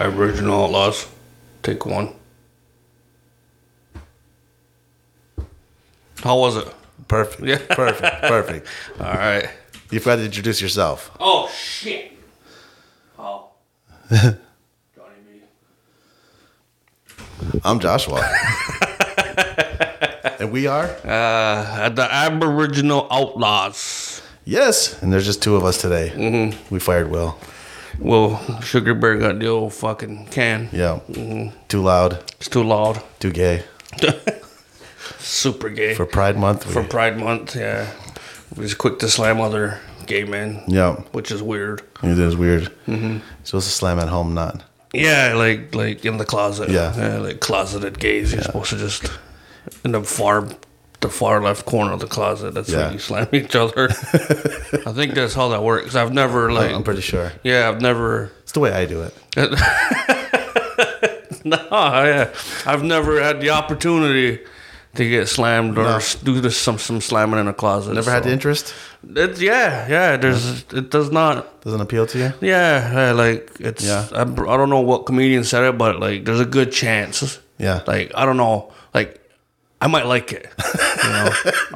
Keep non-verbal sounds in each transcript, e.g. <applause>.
Aboriginal Outlaws. Take one. How was it? Perfect. Yeah. <laughs> Perfect. <laughs> Perfect. All right. You forgot to introduce yourself. Oh shit. <laughs> Oh. Johnny B. <laughs> I'm Joshua. and we are? Uh, the Aboriginal Outlaws. Yes. And there's just two of us today. Mm-hmm. We fired Will. Well, Sugar Bear got the old fucking can. Yeah. Mm-hmm. Too loud. It's too loud. Too gay. Super gay. For For, Pride Month. we- Pride Month, yeah. He's quick to slam other gay men. yeah. Which is weird. It is weird. Mm-hmm. Supposed to slam at home, not. Yeah, like like in the closet. Yeah. like closeted gays. You're supposed to just in the far the far left corner of the closet. That's Yeah. where you slam <laughs> each <laughs> other. I think that's how that works. I've never like I'm pretty sure. yeah, I've never <laughs> It's the way I do it. no, yeah, I've never had the opportunity to get slammed or No. s do this, some some slamming in a closet. Never had the interest? It's, yeah, yeah. There's it does not Doesn't appeal to you? Yeah, yeah, like it's. Yeah. I, I don't know what comedian said it, but like, there's a good chance. Yeah. Like I don't know. Like I might like it. You <laughs> know,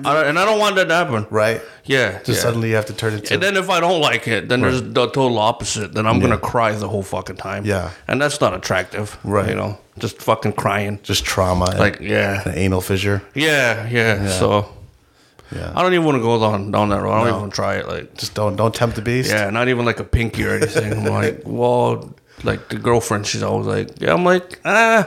I don't, and I don't want that to happen. Right? Yeah. Just yeah. suddenly you have to turn into. And then if I don't like it, then there's the total opposite. Then I'm gonna cry the whole fucking time. Yeah. And that's not attractive. Right. You know, just fucking crying. just trauma. and Like yeah, an anal fissure. yeah, yeah. So Yeah. I don't even want to go down down that road. I don't even try it. Like just don't don't tempt the beast. Yeah, not even like a pinky or anything. I'm <laughs> like, well, like the girlfriend, she's always like, yeah. I'm like, ah,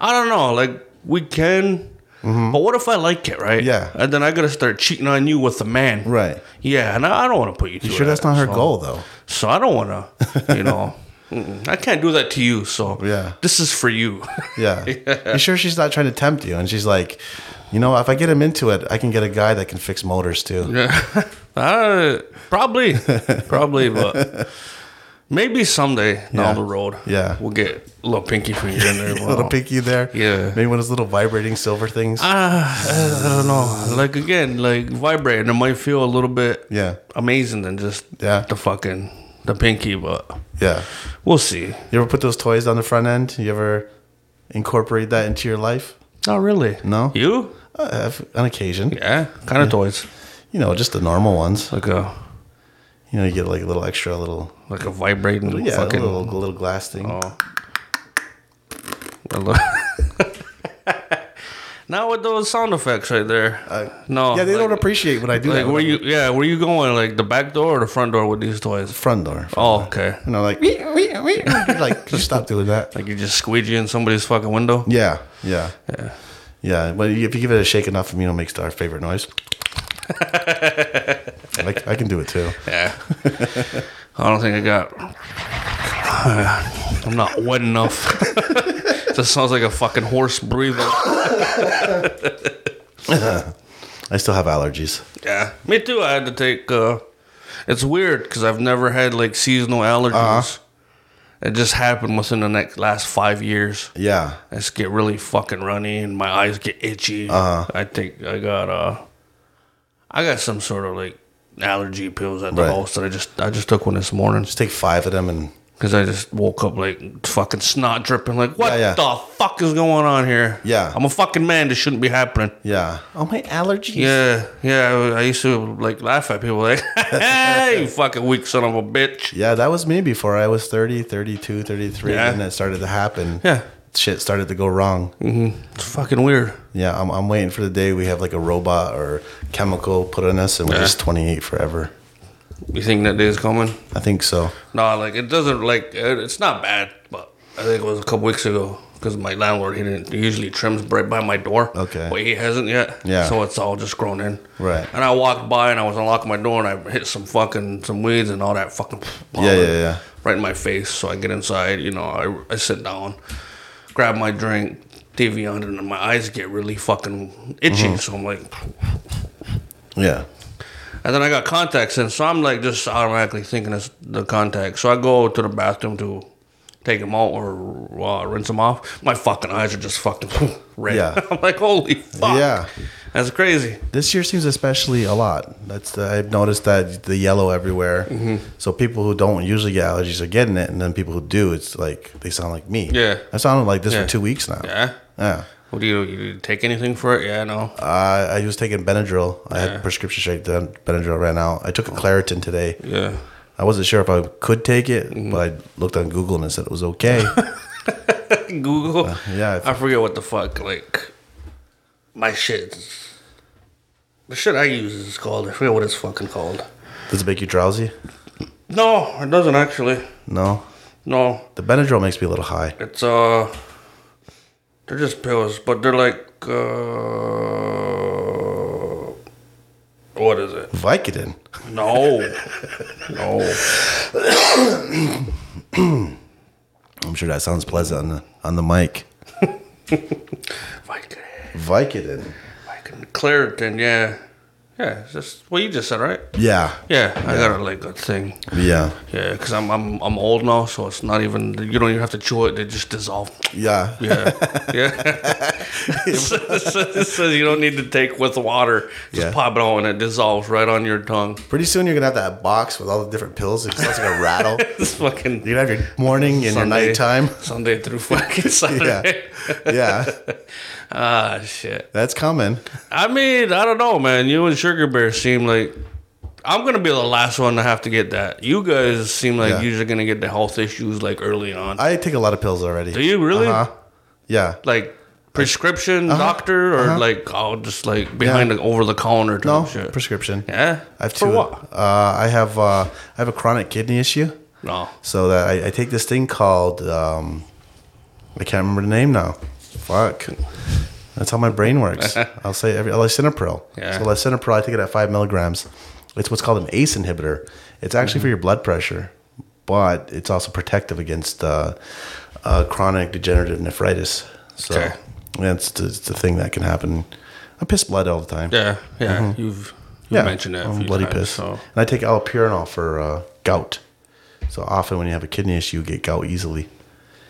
I don't know. Like we can, but what if I like it, right? Mm-hmm. Yeah. and then I gotta start cheating on you with a man, Right. Yeah, and I, I don't want to put you. through Sure, that's that, not her so- goal though. So I don't want to, you <laughs> know. mm-mm, I can't do that to you. So Yeah. this is for <laughs> you. <laughs> Yeah. You sure she's not trying to tempt you? And she's like, you know, if I get him into it, I can get a guy that can fix motors too. <laughs> uh, probably, probably, <laughs> but maybe someday Yeah. down the road, Yeah. we'll get a little pinky finger in <laughs> there. Little Wow. pinky there. Yeah. Maybe one of those little vibrating silver things. Ah, I don't know. Like again, like vibrating, it might feel a little bit yeah. amazing than just Yeah. the fucking the pinky, but Yeah. we'll see. You ever put those toys on the front end? You ever incorporate that into your life? Not really. No? You? Uh, if- on occasion. Yeah. Kind of toys. You know, just the normal ones. Like a You know, you get like a little extra little like a vibrating yeah, fucking. a little little glass thing. Oh. I lo- <laughs> Not with those sound effects right there. Uh, no. yeah, they like- don't appreciate when I do Like that. where you? Yeah, where you going? Like the back door or the front door with these toys? front door. Oh, okay. And I'm like, "Wee, wee, wee." You're <laughs> like, "Can you stop doing that. Like you just squeegee in somebody's fucking window. Yeah, yeah, Yeah. yeah. But if you give it a shake enough, you know, it makes our favorite noise. <laughs> I, I can do it too. Yeah. <laughs> I don't think I got. <sighs> I'm not wet enough. <laughs> this sounds like a fucking horse breathing. I still have allergies. Yeah. Me too. I had to take. Uh, it's weird because I've never had like seasonal allergies. It just happened within the next last five years. Yeah, I just get really fucking runny and my eyes get itchy. I think I got uh, I got some sort of like allergy pills at the Right. house that I just I just took one this morning. just take five of them and Because I just woke up like fucking snot dripping. Like, what Yeah, yeah. the fuck is going on here? Yeah. I'm a fucking man. This shouldn't be happening. yeah. Oh my allergies. Yeah. Yeah. I, I used to like laugh at people like, <laughs> hey, you fucking weak son of a bitch. Yeah, that was me before I was 30, 32, 33, Yeah. and it started to happen. Yeah. Mm. Shit started to go wrong. It's fucking weird. Yeah, I'm, I'm waiting for the day we have like a robot or chemical put on us and we're Yeah. just 28 forever. You think that day is coming? I think so. No, like, it doesn't, like, it, it's not bad, but I think it was a couple weeks ago. Because my landlord, he didn't he usually trims right by my door. Okay. But he hasn't yet. Yeah. So it's all just grown in. Right. And I walked by and I was unlocking my door and I hit some fucking, some weeds and all that fucking. Yeah, yeah, yeah. right in my face. So I get inside, you know, I, I sit down, grab my drink, TV on, and my eyes get really fucking itchy. Mm-hmm. So I'm like, Yeah. and then I got contacts in, so I'm like just automatically thinking it's the contacts. So I go to the bathroom to take them out or uh, rinse them off. My fucking <laughs> eyes are just fucking red. Yeah. I'm like, holy fuck. Yeah. That's crazy. This year seems especially a lot. That's the, I've noticed that the yellow everywhere. Mm-hmm. So people who don't usually get allergies are getting it, and then people who do, it's like they sound like me. Yeah. I sounded like this Yeah. for two weeks now. Yeah. Yeah. What do you, you take anything for it? Yeah, no. Uh, I was taking Benadryl. I had prescription strength Benadryl ran out. I took a Claritin today. Yeah. I wasn't sure if I could take it, Mm-hmm. but I looked on Google and it said it <laughs> was okay. Google. Uh, yeah, if- I forget what the fuck. Like my shit. The shit I use is called. I forget what it's fucking called. Does it make you drowsy? No, it doesn't actually. No. No, The Benadryl makes me a little high. It's uh, they're just pills, but they're like uh, what is it? Vicodin. No, <laughs> no. I'm sure that sounds pleasant on the, on the mic. Vicodin, Vicodin. Vicodin, Claritin, yeah, yeah. It's just what you just said, right? Yeah. Yeah, I got a like good thing. Yeah. Yeah, cause I'm I'm I'm old now, so it's not even you don't even have to chew it; they just dissolve. Yeah. <laughs> Yeah, <laughs> yeah. so, so- so you don't need to take with water. Just Yeah. pop it on, and it dissolves right on your tongue. <laughs> Pretty soon you're going to have that box with all the different pills. It sounds like a rattle. This fucking You're going to have your <laughs> morning and Sunday- your <laughs> nighttime. Sunday through <laughs> fucking <laughs> Yeah. Saturday. Yeah. ah, shit. That's coming. I mean, I don't know, man. You and Sugar Bear seem like I'm gonna be the last one to have to get that. You guys seem like Yeah. you're just gonna get the health issues like early on. I take a lot of pills already. Do you really? Uh-huh. Yeah. Like prescription Uh-huh. doctor or like all just like behind the over the counter type No oh, shit. prescription. yeah, I have two. for what? Uh, I have uh, I have a chronic kidney issue. No, So that I, I take this thing called um, I can't remember the name now. Fuck. That's how my <laughs> brain works. I'll say every lisinopril. Yeah. So lisinopril, I take it at five milligrams. It's what's called an ACE inhibitor. It's actually Mm-hmm. for your blood pressure, but it's also protective against uh, uh, chronic degenerative nephritis. So Okay. that's the, it's the thing that can happen. I piss blood all the time. yeah, yeah. You've you mentioned that. a Mm-hmm. I'm few bloody times, pissed. So. And I take allopurinol for uh, gout. So often when you have a kidney issue, you get gout easily,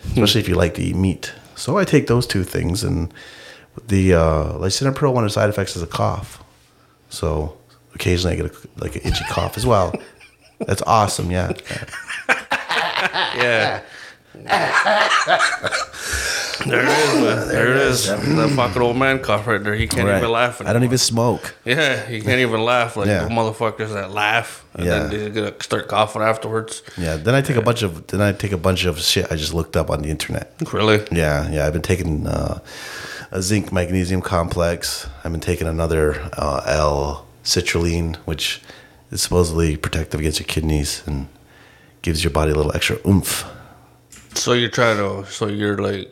Hmm. especially if you like to eat meat. So I take those two things, and the uh, lisinopril one of the side effects is a cough. So occasionally I get a, like an itchy cough as <laughs> well. That's awesome, yeah. Yeah. <laughs> there it is. man. there it is. the fucking old man cough right there. He can't Right. even laugh. I don't even smoke. Yeah, he can't even laugh. Like Yeah. the motherfuckers that laugh and then Yeah. they're gonna start coughing afterwards. Yeah. Then I take a bunch of then I take a bunch of shit I just looked up on the internet. Really? Yeah, yeah. I've been taking uh, a zinc magnesium complex. I've been taking another uh, L citrulline, which is supposedly protective against your kidneys and gives your body a little extra oomph. So you're trying to. So you're like.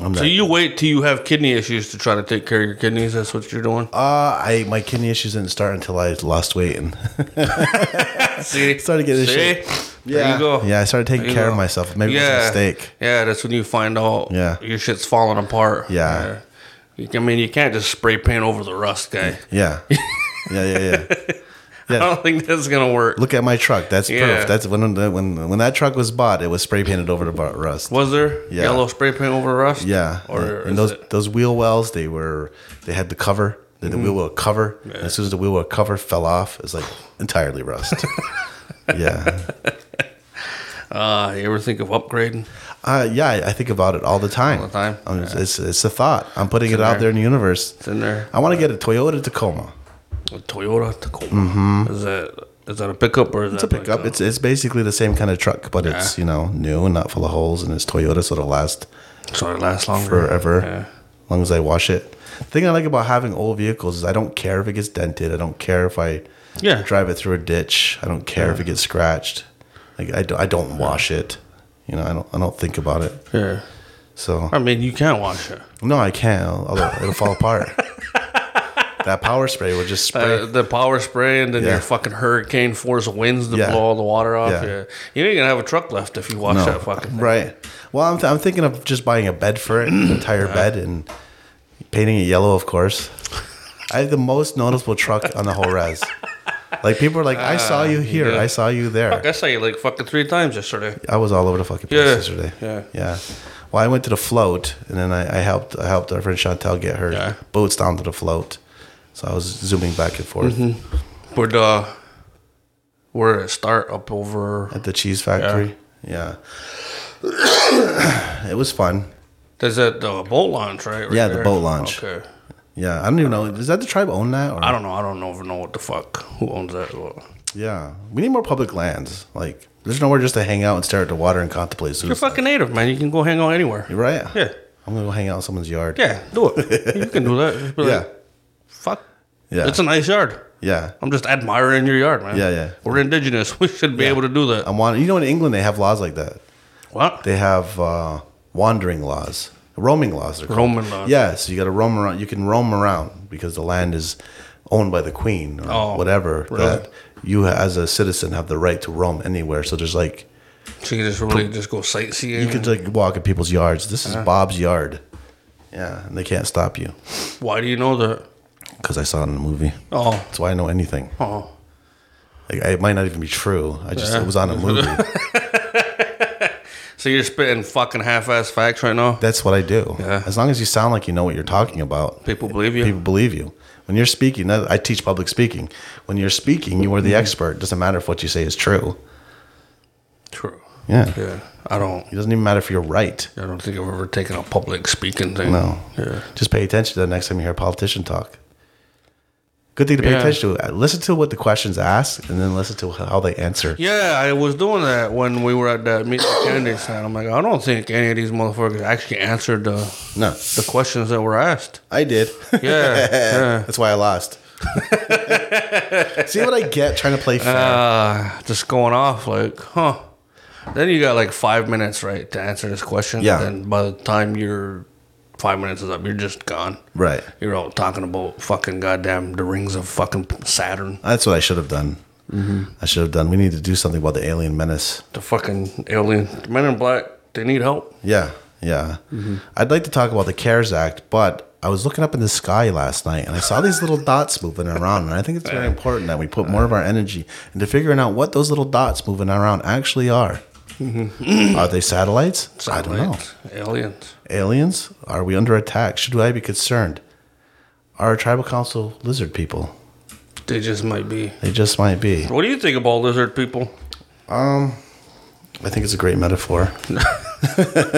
I'm So not- you wait till you have kidney issues to try to take care of your kidneys. That's what you're doing. uh, I my kidney issues didn't start until I lost weight and <laughs> See, started getting See? shit. There you go. yeah, I started taking There you care go. of myself. Maybe it was a mistake. Yeah, that's when you find out Yeah. your shit's falling apart. Yeah. You- I mean, you can't just spray paint over the rust, guy. <laughs> Yeah, yeah, yeah, yeah. I don't think that's gonna work. Look at my truck. That's Yeah. proof. That's when the, when when that truck was bought, it was spray painted over the bar- rust. Was there Yeah. yellow spray paint over rust? Yeah, Or and- is and those it- those wheel wells, they were they had the cover, the, the Mm-hmm. wheel well cover. and as soon as the wheel well cover fell off, it's like entirely <laughs> rust. yeah, Uh, you ever think of upgrading? uh, yeah, I, I think about it all the time. All the time? I'm- It's it's a thought. I'm putting it out there. there in the universe. It's in there. I want to get a Toyota Tacoma. A Toyota Tacoma. Is that is that Mm-hmm. a pickup or is It's a pickup. It's it's basically the same kind of truck, but it's you know new and not full of holes, and it's Toyota, so it'll last It's so it lasts longer. forever Yeah. as long as I wash it. The thing I like about having old vehicles is I don't care if it gets dented. I don't care if I Yeah. drive it through a ditch. I don't care if it gets scratched. Like I don't, I don't wash it. You know, I don't I don't think about it. Yeah. So I mean, you can wash it. no, I can't. Although it'll fall apart. <laughs> That power spray will just spray. Uh, the power spray and then Yeah. your fucking hurricane force winds to Yeah. blow all the water off. Yeah. Yeah. You ain't gonna have a truck left if you wash that fucking thing. right. Well, I'm, th- I'm thinking of just buying a bed for it, an <clears throat> entire bed, and painting it yellow, of course. I have the most noticeable truck on the whole res. Like people are like, I saw you here, Ah, yeah. I saw you there. Fuck, I saw you like fucking three times yesterday. I was all over the fucking place Yeah, yesterday. yeah. yeah. Well, I went to the float, and then I, I helped I helped our friend Chantel get her Yeah. boots down to the float. So I was zooming back and forth Mm-hmm. But uh, we're at start up over. at the cheese factory. Yeah. <coughs> it was fun. That's at the boat launch, right? Right Yeah, the there? boat launch. Okay. Yeah, I don't even know. Does that the tribe own that? Or? I don't know. I don't even know what the fuck who owns that. Well, Yeah, we need more public lands. Like, there's nowhere just to hang out and stare at the water and contemplate you're suicide. fucking native, man. You can go hang out anywhere. right? Yeah. I'm gonna go hang out in someone's yard. Yeah, do it. <laughs> you can do that. Just be like, yeah, Fuck. yeah, It's a nice yard. yeah. I'm just admiring your yard, man. Yeah, yeah. We're indigenous. <laughs> We should be able to do that. I'm wandering. You know, in England they have laws like that. what? They have uh, wandering laws, roaming laws. They're called. Roman law. Yeah, so you got to roam around. You can roam around because the land is owned by the queen or Oh, whatever. really? That you, as a citizen, have the right to roam anywhere. So there's like So you can just really just go sightseeing. you could like walk in people's yards. This is Bob's yard. Yeah, and they can't stop you Why do you know that? because I saw it in the movie. Oh. That's why I know anything. Oh. Like it might not even be true. I just it was on a movie. <laughs> So you're spitting fucking half-ass facts right now? That's what I do. Yeah. As long as you sound like you know what you're talking about, People believe you? people believe you. When you're speaking, that- I teach public speaking. When you're speaking, you are Mm-hmm. the expert. It doesn't matter if what you say is true. True. Yeah. Yeah. I don't. It doesn't even matter if you're right. I don't think I've ever taken a public speaking thing. No. Yeah. Just pay attention to the next time you hear a politician talk. Good thing to pay Yeah. attention to. Listen to what the question's asked and then listen to how they answer. Yeah, I was doing that when we were at that meet the candidates, and I'm like, I don't think any of these motherfuckers actually answered the No, the questions that were asked. I did. Yeah, yeah. <laughs> That's why I lost. See what I get trying to play fair. Uh, just going off like, huh? Then you got like five minutes, right, to answer this question. Yeah. And by the time your five minutes is up, you're just gone. right. You're all talking about fucking goddamn the rings of fucking Saturn, That's what I should have done. Mm-hmm. I should have done. We need to do something about the alien menace. the fucking alien men in black. They need help. Yeah, yeah. Mm-hmm. I'd like to talk about the CARES Act, but I was looking up in the sky last night and I saw these little dots moving around, and I think it's very important that we put more of our energy into figuring out what those little dots moving around actually are. are they satellites? I don't know. Mm-hmm. Satellites, Aliens. Aliens? Are we under attack? Should I be concerned? Are our tribal council lizard people? They just might be. They just might be. What do you think about lizard <laughs> people? I think it's a great metaphor.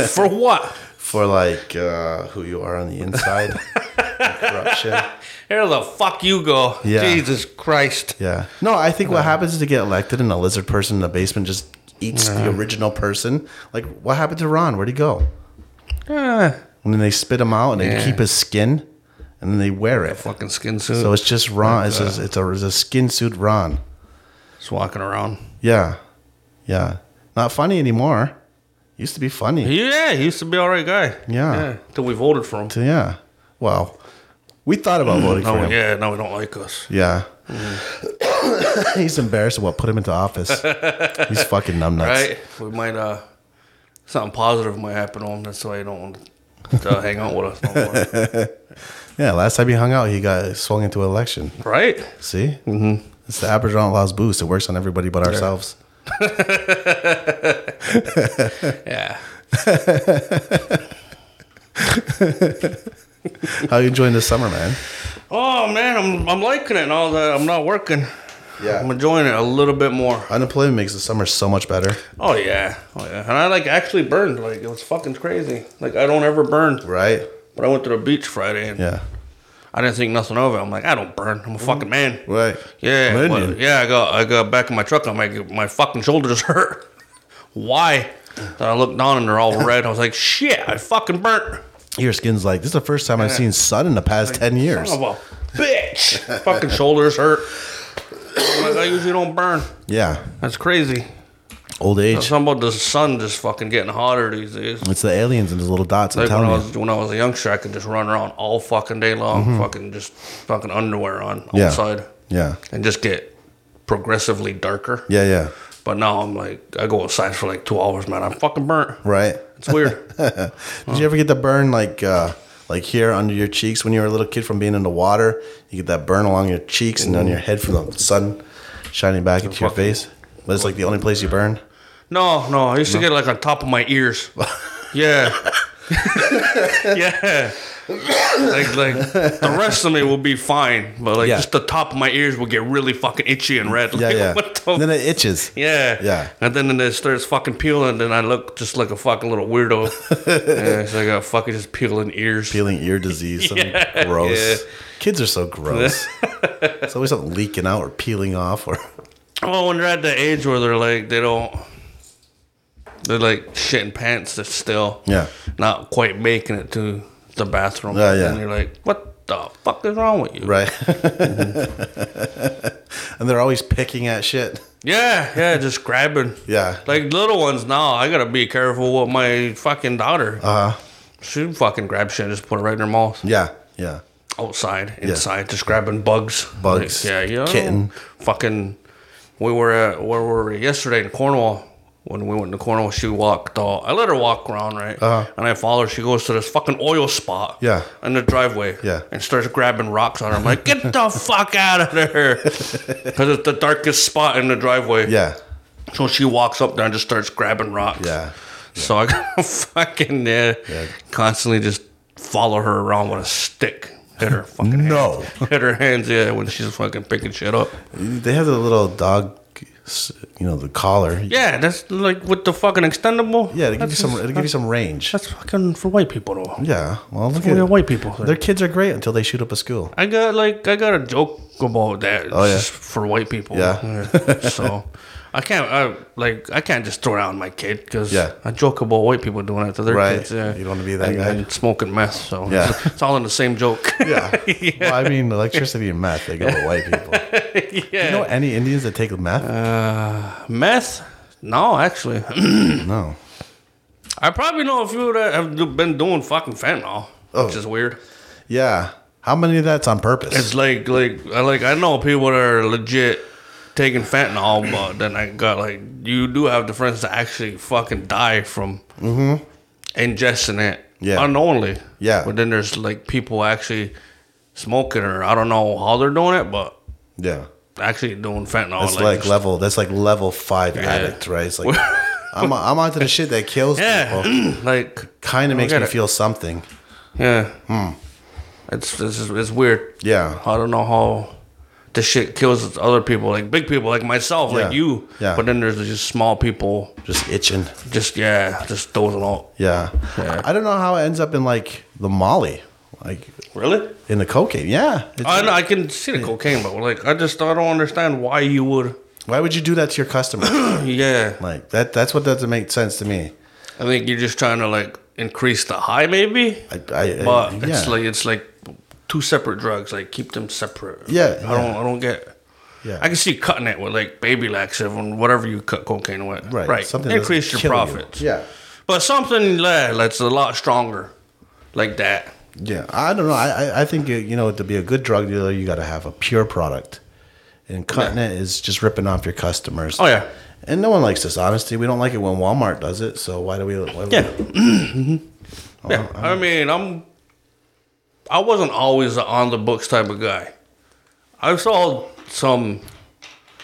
For what? for like uh, who you are on the inside, the corruption. Here the fuck you go. Yeah. Jesus Christ. Yeah. No, I think what happens is to get elected and a lizard person in the basement just eats the original person. Like, what happened to Ron? Where'd he go? Ah, And then they spit him out and Yeah. they keep his skin and then they wear it. fucking skin suit. So it's just Ron. It's, just, it's, a, it's a skin suit Ron. just walking around. Yeah. Yeah. Not funny anymore. Used to be funny. Yeah, he used to be all right guy. Yeah. Till we voted for him. So, yeah. Well, we thought about voting for Oh him. yeah, now we don't like us. Yeah. <coughs> He's embarrassed of what put him into office. He's fucking numbnuts. Right? We might uh something positive might happen to him. That's why he don't want to <laughs> hang out with us <laughs> no more. Yeah, last time he hung out, he got swung into election. right? See? Mm-hmm. It's the Aboriginal Laws boost. It works on everybody but ourselves. Yeah. How you enjoying this summer, man? Oh man, I'm I'm liking it now that I'm not working. Yeah. I'm enjoying it a little bit more. Unemployment makes the summer so much better. Oh yeah, oh yeah. And I like actually burned. Like it was fucking crazy. Like I don't ever burn. Right? But I went to the beach Friday and Yeah. I didn't think nothing of it. I'm like, I don't burn. I'm a fucking man. Right. Yeah, Mm-hmm. I'm well, Indian. yeah. I got I got back in my truck. I'm like, my fucking shoulders <laughs> hurt. Why? Then I looked down and they're all red. I was like, shit, I fucking burnt. Your skin's like, this is the first time I've seen sun in the past 10 years. Son of a Oh, <laughs> bitch. fucking shoulders hurt. I'm like, I usually don't burn. Yeah. That's crazy. Old age. Something about the sun just fucking getting hotter these days. It's the aliens and those little dots. I'm Like when I telling you. Mm-hmm. was when I was a youngster, I could just run around all fucking day long, fucking just fucking underwear on Yeah. outside, Yeah. and just get progressively darker. Yeah, yeah. But now I'm like, I go outside for like two hours, man. I'm fucking burnt. Right. It's <laughs> weird. Did you ever get the burn like uh, like here under your cheeks when you were a little kid from being in the water? You get that burn along your cheeks and on your head from the sun shining back into your fucking- face. But it's like the only place you burn. no, no, <laughs> I used to get like on top of my ears. <laughs> Yeah, yeah. like like the rest of me will be fine, but like Yeah. just the top of my ears will get really fucking itchy and red. <laughs> Yeah, Like, yeah. What the then it itches. yeah. Yeah. And then it starts fucking peeling, and then I look just like a fucking little weirdo. <laughs> yeah, it's like a fucking just peeling ears. Peeling ear disease, something gross. yeah. Kids are so <laughs> gross. it's always something leaking out or peeling off or <laughs> Well, when they're at the age where they're like, they don't, they're like shitting pants, they're still Yeah. not quite making it to the bathroom. Yeah, yeah. And you're like, what the fuck is wrong with you? right. Mm-hmm. <laughs> and they're always picking at shit. Yeah, yeah, just grabbing. Yeah. Like little ones now, I gotta be careful with my fucking daughter. Uh huh. she fucking grab shit and just put it right in her mouth. Yeah. Yeah. outside, inside, just grabbing bugs. Bugs, Like, yeah, yeah. kitten. Fucking. We were at where were we yesterday in Cornwall. When we went to Cornwall, she walked. Uh, I let her walk around, right? Uh-huh. And I follow her. She goes to this fucking oil spot. Yeah. In the driveway. Yeah. And starts grabbing rocks on her. I'm like, get the <laughs> fuck out of <laughs> there, because it's the darkest spot in the driveway. Yeah. So she walks up there and just starts grabbing rocks. Yeah. So I gotta <laughs> fucking uh, constantly just follow her around with a stick. Hit her fucking No. hands. <laughs> Hit her hands, yeah, when she's fucking picking shit up. They have the little dog, you know, the collar. Yeah, that's like with the fucking extendable. Yeah, they give that's you some. just- They give you some range. That's fucking for white people though. Yeah. Well, look We are at white people. their kids are great until they shoot up <laughs> a school. I got like I got a joke about that. Oh yeah. for white people. Yeah. <laughs> so I can't I like I can't just throw it on my kid because Yeah. I joke about white people doing it to their Right. kids. Yeah. You don't wanna be that and, guy. And smoking meth. So Yeah. it's, it's all in the same joke. <laughs> <laughs> Yeah. Well, I mean, electricity and meth. They go to white people. <laughs> Yeah. You know any Indians that take meth? meth? No, actually, <clears throat> no. I probably know a few that have been doing fucking fentanyl, Oh. which is weird. Yeah. How many of that's on purpose? It's like like I like I know people that are legit taking fentanyl, but then I got like you do have the friends that actually fucking die from ingesting it Mm-hmm. Yeah. unknowingly. Yeah. but then there's like people actually smoking or I don't know how they're doing it, but yeah. actually doing fentanyl. It's like, level. That's like level five addict, right? <laughs> It's like I'm I'm onto the shit that kills people. yeah, <clears throat> like Kind of makes get me it. feel something. yeah. It's this is it's weird. Hmm. Yeah. I don't know how this shit kills other people, like big people, like myself, like Yeah. you. Yeah. But then there's just small people, Just itching. just yeah, just throwing it out. Yeah. Yeah. I don't know how it ends up in like the Molly, like Really? in the cocaine. Yeah. It's- I know I can see the cocaine, but like I just I don't understand why you would. <clears throat> why would you do that to your customer? Yeah, like that. That's what doesn't make sense to me. I think you're just trying to like increase the high, maybe. I, I, But I- it's Uh, yeah. like it's like two separate drugs. Like keep them separate. Yeah, I don't. yeah. I don't get. Yeah. I can see cutting it with like baby laxative and whatever you cut cocaine with. right. Something that doesn't Increase your kill you. profits. Yeah. But something like that's a lot stronger, like that. Yeah, I don't know. I I- I think you know to be a good drug dealer, you got to have a pure product, and cutting it is just ripping off your customers. Oh, yeah. and no one likes dishonesty. We don't like it when Walmart does it. So why do we? Why <clears throat> Yeah. we, Mm-hmm. Yeah. Oh, I mean, I'm. I wasn't always an on the books type of guy. I saw some.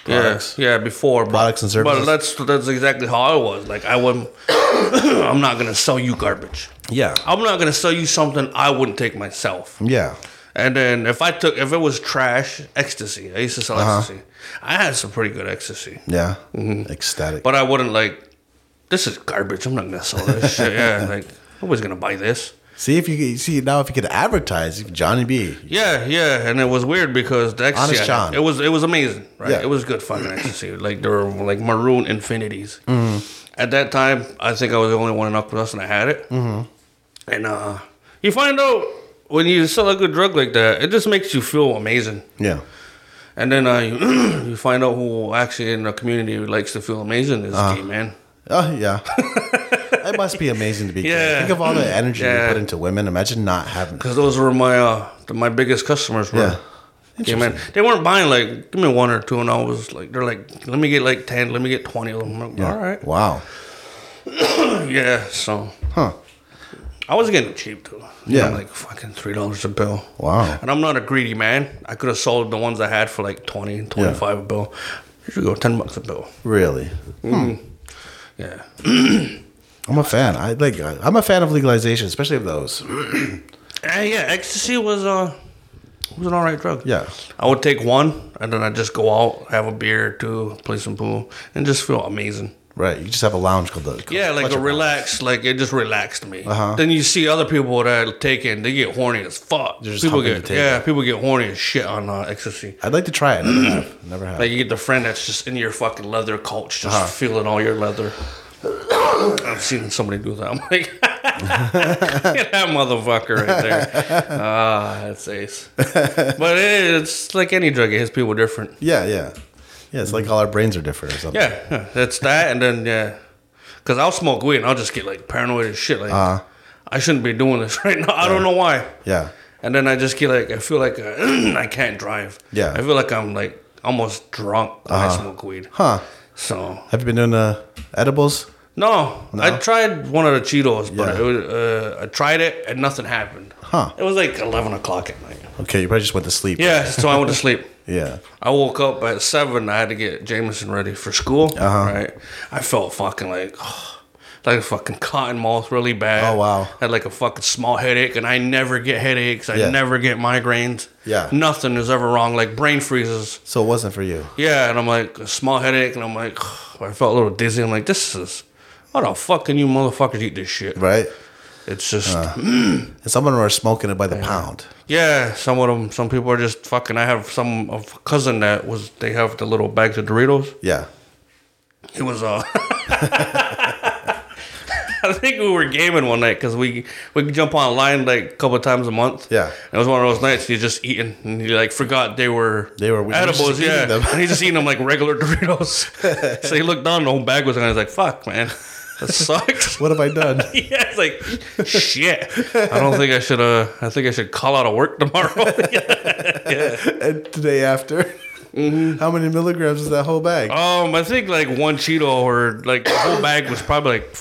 Products. Yeah, yeah, before but- Products and services. But that's that's exactly how I was. Like I wouldn't. <coughs> I'm not gonna sell you garbage. yeah, I'm not gonna sell you something I wouldn't take myself. yeah, And then if I took if it was trash, ecstasy. I used to sell Uh-huh. ecstasy. I had some pretty good ecstasy. yeah. Mm-hmm. Ecstatic. But I wouldn't like. This is garbage. I'm not gonna sell <laughs> this shit. Yeah, like nobody's gonna buy this. see if you could- see now if you could advertise Johnny B. Yeah, yeah, and it was weird because the ecstasy. Honest I- John. It was it was amazing. Right, Yeah. it was good fucking ecstasy. Like there were like maroon infinities. Mm-hmm. At that time, I think I was the only one in Aquatus and I had it. Mm-hmm. And uh, you find out when you sell a good drug like that, it just makes you feel amazing. Yeah, And then uh, <clears throat> you, you find out who actually in the community who likes to feel amazing is Uh-huh. gay man. oh yeah. <laughs> it must be amazing to be. gay. Yeah. Think of all the energy you Yeah. put into women. Imagine not having. Because those were my uh, the, my biggest customers were. Yeah. Gay men. They weren't buying like give me one or two, and I was like, they're like, let me get like ten, let me get twenty of them. I'm like, All right, Wow. yeah. So Huh. I was getting cheap too. Yeah. I'm like fucking three dollars a bill. Wow. And I'm not a greedy man. I could have sold the ones I had for like 20, 25 a bill. Here you go, ten bucks a bill. Really. Yeah, I'm a fan. I like. I'm a fan of legalization, especially of those. And yeah, ecstasy was uh was an alright drug. Yeah. I would take one and then I'd just go out, have a beer or two, play some pool, and just feel amazing. Right. You just have a lounge called the Yeah, like Fletcher a Lounge. relaxed, like it just relaxed me. Uh-huh. Then you see other people that take it, and they get horny as fuck. They're just people humping get the table. yeah, people get horny as shit on uh, ecstasy. I'd like to try it. I Never have. Never have. Like you get the friend that's just in your fucking leather couch, Uh-huh. just feeling all your leather. <coughs> I've seen somebody do that. <laughs> I'm like, get that motherfucker right there. <laughs> Ah, that's ace. But it, it's like any drug; it hits people different. yeah, yeah, yeah. It's like all our brains are different or something. Yeah, yeah, that's that, and then yeah, because I'll smoke weed and I'll just get like paranoid as shit. Like, Uh-huh. I shouldn't be doing this <laughs> right now. I don't know why. Yeah. And then I just get like I feel like uh, <clears throat> I can't drive. Yeah. Uh-huh. I feel like I'm like almost drunk when I smoke weed. Huh. So Have you been doing uh, edibles? no, I tried one of the Cheetos, but Yeah. it was, uh, I tried it and nothing happened. Huh. It was like eleven o'clock at night. Okay, you probably just went to sleep. Yeah, so I went to <laughs> sleep. Yeah. I woke up at seven. I had to get Jameson ready for school. Uh-huh. Right. I felt fucking like, <sighs> like a fucking cotton mouth, really bad. Oh, wow. had like a fucking small headache, and I never get headaches. I Yeah. never get migraines. Yeah. Nothing is ever wrong. Like brain freezes. So it wasn't for you. Yeah, and I'm like a small headache, and I'm like, <sighs> I felt a little dizzy. I'm like, this is. How the fuck can you motherfuckers eat this shit? Right? Uh-huh. It's just, And some of them are smoking it by the pound. yeah. Some of them, some people are just fucking. I have some a cousin that was. They have the little bags of Doritos. Yeah. It was uh <laughs> I think we were gaming one night because we we could jump online like a couple times a month. Yeah. it was one of those nights you're just eating and you like forgot they were They were- we were just edibles. eating Yeah, them. and he's just eating them like regular <laughs> <laughs> Doritos. so he looked down, the whole bag was, and I was like, "Fuck, man, that sucks." <laughs> What have I done? <laughs> yeah, it's like shit. I don't think I should. Uh, I think I should call out of work tomorrow. <laughs> and today after? How many milligrams is that whole bag? um, I think like one Cheeto or like the whole bag was probably like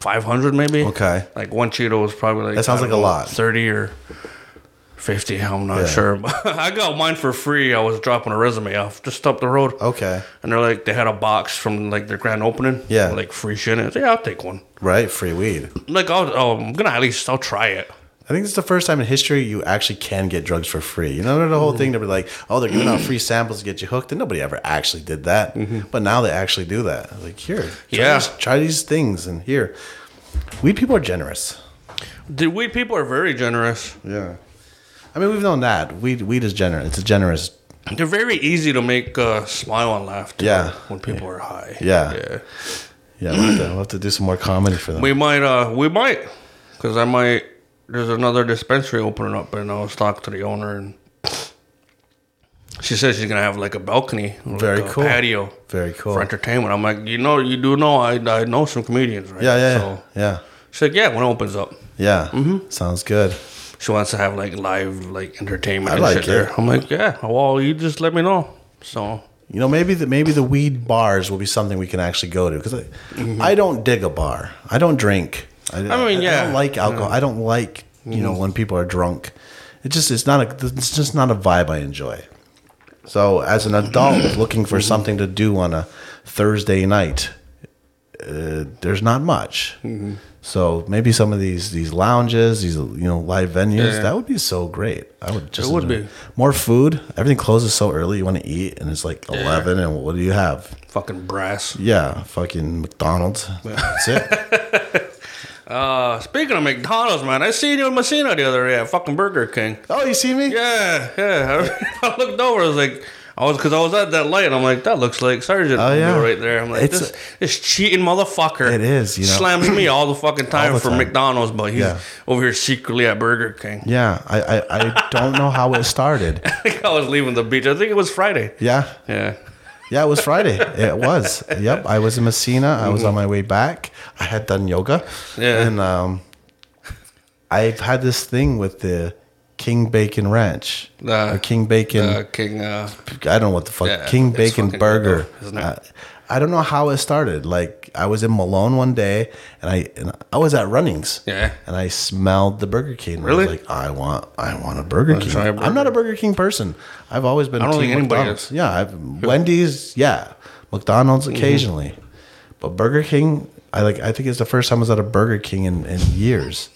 five hundred, maybe. Okay. Like one Cheeto was probably like That sounds I don't like a know, lot. Thirty or fifty, I'm not Yeah. sure. <laughs> But I got mine for free. I was dropping a resume off just up the road. Okay. And they're like they had a box from like their grand opening. Yeah. Like free shit in it. Yeah, I'll take one. Right? Free weed. Like I'll oh, I'm gonna at least I'll try it. I think it's the first time in history you actually can get drugs for free. You know, the whole thing to be like, oh, they're giving out free samples to get you hooked, and nobody ever actually did that. But now they actually do that. Like, here, try Yeah. these, try these things, and here, weed people are generous. The weed people are very generous. Yeah, I mean, we've known that weed weed is generous. It's a generous. They're very easy to make uh, smile and laugh. To Yeah. When people are high. Yeah. Yeah. Yeah, we'll have, to, we'll have to do some more comedy for them. We might, uh, we might, because I might. There's another dispensary opening up, and I was talking to the owner, and she says she's gonna have like a balcony, like Very a cool. patio Very cool. for entertainment. I'm like, you know, you do know, I, I know some comedians, right? yeah, yeah, So Mm-hmm. yeah, she's like, yeah, when it opens up, yeah. Sounds good. she wants to have like live like entertainment. I and like shit there. it. I'm like, yeah, well, you just let me know. So You know, maybe the maybe the weed bars will be something we can actually go to because I, I don't dig a bar. I don't drink. I, Mm-hmm. I mean, yeah. Mm-hmm. don't like alcohol. I don't like you know when people are drunk. It just it's not a it's just not a vibe I enjoy. So as an adult looking for something to do on a Thursday night, uh, there's not much. Mm-hmm. So maybe some of these these lounges, these you know live venues, Yeah. that would be so great. I would just It would enjoy- be. more food. Everything closes so early. You want to eat, and it's like eleven. And what do you have? fucking brass. Yeah, fucking McDonald's. That's it. <laughs> Uh, speaking of McDonald's, man, I seen you in Messina the other day at fucking Burger King. oh, you see me? Yeah, yeah. <laughs> I, I looked over. I was like, I was because I was at that light. And I'm like, that looks like Sergeant Oh, yeah. Bill right there. I'm like, It's this this cheating motherfucker. It is, you know. slams me all the fucking time the for time. McDonald's, but he's Yeah. over here secretly at Burger King. <laughs> Yeah, I, I, I don't know how it started. I think I was leaving the beach. I think it was Friday. Yeah, Yeah. yeah, it was Friday. It was. Yep, I was in Messina. I was on my way back. I had done yoga. Yeah. and um, I've had this thing with the King Bacon Ranch, Uh, or King Bacon. Uh, King. Uh, I don't know what the fuck Yeah, King it's Bacon fucking Burger. good though, isn't it? Uh, I don't know how it started. Like I was in Malone one day, and I and I was at Runnings. Yeah. and I smelled the Burger King. and Really? I was like I want, I want a Burger King. try a I'm not burger. a Burger King person. I've always been. I don't think anybody is. Yeah, I've, Wendy's. Yeah, McDonald's Mm-hmm. occasionally, <laughs> but Burger King. I like. I think it's the first time I was at a Burger King in, in years.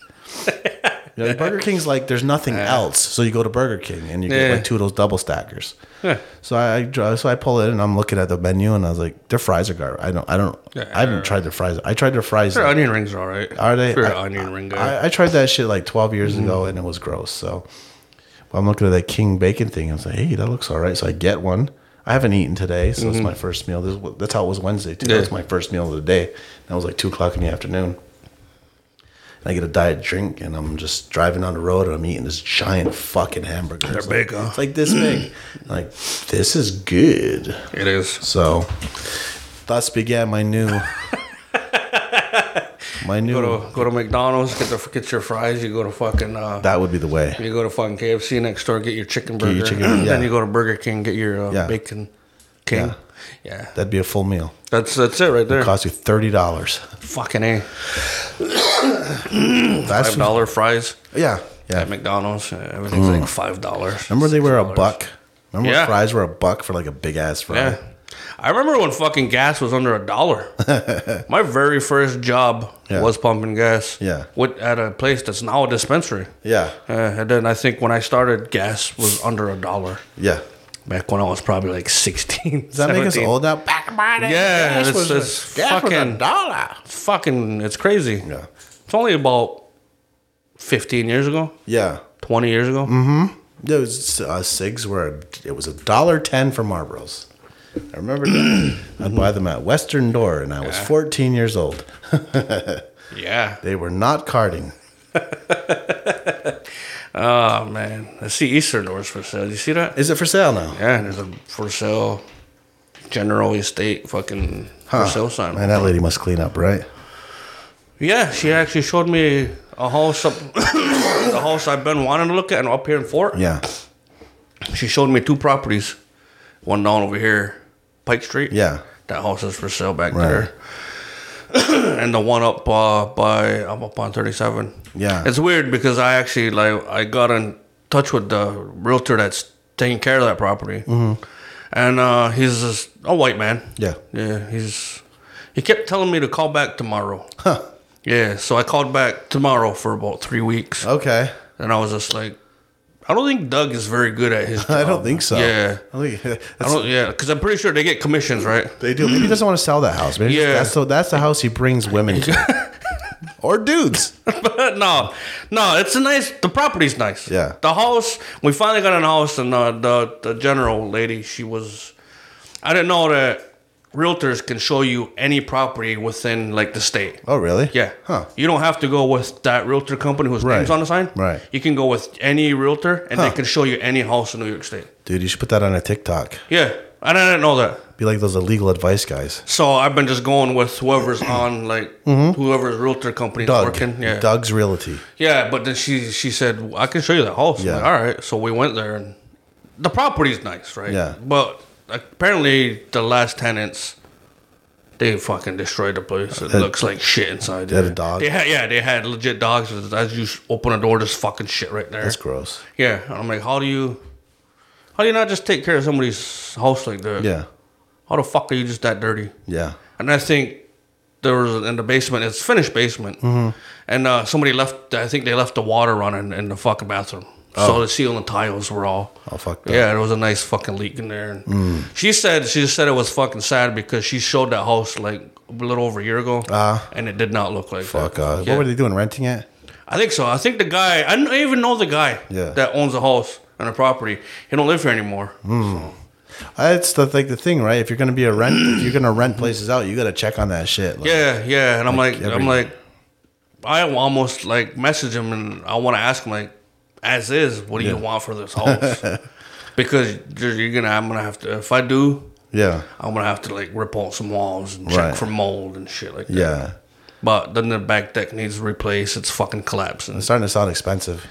You know, Burger King's like there's nothing else, so you go to Burger King and you get Yeah. like two of those double stackers. Yeah. So I, I drive, so I pull in and I'm looking at the menu and I was like, their fries are garbage. I don't, I don't, Yeah. I haven't tried their fries. I tried their fries. Their onion rings are all right. Are they? If you're an I- onion ring guy. I, I tried that shit like 12 years Mm-hmm. ago and it was gross. So but I'm looking at that King Bacon thing. I was like, hey, that looks all right. So I get one. I haven't eaten today, so it's my first meal. This, that's how it was Wednesday too. Mm-hmm. Yeah. That was my first meal of the day. That was like two o'clock in the afternoon. And I get a diet drink, and I'm just driving on the road, and I'm eating this giant fucking hamburger. They're big, huh? It's like this <clears throat> big. I'm like this is good. it is. So, thus began my new, <laughs> my new. Go to, go to McDonald's, get the get your fries. You go to fucking uh, That would be the way. you go to fucking KFC next door, get your chicken your burger. chicken- <clears throat> yeah. Then you go to Burger King, get your uh, Yeah. bacon king. Yeah. That'd be a full meal. that's that's it right there. Cost you <laughs> thirty dollars. fucking a That's five dollar fries yeah, at yeah. Mm. McDonald's. uh, Everything's like five dollars. Remember they were a buck. Remember Yeah. fries were a buck for like a big ass fry. Yeah. I remember when fucking gas was under a <laughs> dollar. My very first job Yeah. was pumping gas. Yeah. With, at a place that's now a dispensary. yeah, Uh, and then I think when I started, gas was under a dollar. yeah. Back when I was probably like 16. Does that make us 17. old now? Back in my day, Yeah, gas it's- was a- it's gas was a fucking- dollar. It's fucking, it's crazy. Yeah, It's only about 15 years ago, yeah. 20 years ago. Mm-hmm. It was uh, cigs were it was a dollar ten for Marlboros. I <clears throat> remember that. I'd buy them at Western Door, and I was fourteen years old. Yeah. They were not carding. Oh, man. I see Eastern doors for sale. You see that? Is it for sale now? Yeah, there's a for sale general estate fucking for sale sign. Man, that lady must clean up, right? Yeah, she actually showed me a house up <coughs> the house I've been wanting to look at and up here in Fort. Yeah, She showed me two properties. One down over here, Pike Street. yeah. That house is for sale back Right. there. <clears throat> and the one up uh, by I'm up on thirty seven. Yeah. It's weird because I actually like I got in touch with the realtor that's taking care of that property. And uh, he's just a white man. Mm-hmm. Yeah. Yeah. He's he kept telling me to call back tomorrow. Huh. Yeah, so I called back tomorrow for about three weeks, Okay. and I was just like, I don't think Doug is very good at his. Job. <laughs> I don't think so. Yeah, I don't think- <laughs> I don't. Yeah, because I'm pretty sure they get commissions, right? They do. Maybe he doesn't want to sell that house. Maybe Yeah. that's, so that's the house he brings women to. <laughs> or dudes. But <laughs> no, no, it's a nice. The property's nice. Yeah. the house. We finally got in the house, and uh, the the general lady, she was. I didn't know that realtors can show you any property within like the state. Oh, really? Yeah. Huh. You don't have to go with that realtor company whose Right. name's on the sign. Right. You can go with any realtor and Huh. they can show you any house in New York State. Dude, you should put that on a TikTok. Yeah. And I didn't know that. Be like those illegal advice guys. So I've been just going with <clears throat> whoever's on like whoever's realtor company Mm-hmm. Doug. working. Yeah. Doug's Realty. Yeah, but then she she said, I can show you the house. I'm Yeah. like, All right. So we went there and the property's nice, right? Yeah. But apparently the last tenants they fucking destroyed the place. It looks like shit inside. had a yeah. dog? They had, yeah, they had legit dogs. As you open a door, there's fucking shit right there. That's gross. Yeah, and I'm like, how do you, how do you not just take care of somebody's house like that? Yeah. How the fuck are you just that dirty? Yeah. And I think there was in the basement. It's finished basement, Mm-hmm. and uh, somebody left. I think they left the water running in the fucking bathroom. So the ceiling tiles were all. Oh, fuck that. Mm. Yeah, there was a nice fucking leak in there. And She said she said it was fucking sad because she showed that house like a little over a year ago, Ah. and it did not look like Fuck. that. Uh, Yeah. What were they doing? Renting it? I think so. I think the guy. I don't even know the guy Yeah. that owns the house and the property. He don't live here anymore. That's the, like the thing, right? If you're going to be a rent, if you're going to rent places out, you got to check on that shit. Like, Yeah, yeah. And I'm like, every- I'm like, I almost like message him and I want to ask him like, as is, what do you want for this house? <laughs> because you're, you're gonna, I'm gonna have to. If I do, Yeah. I'm gonna have to like rip out some walls and check Right. for mold and shit like that. Yeah. But then the back deck needs replaced. It's fucking collapsing. It's starting to sound expensive.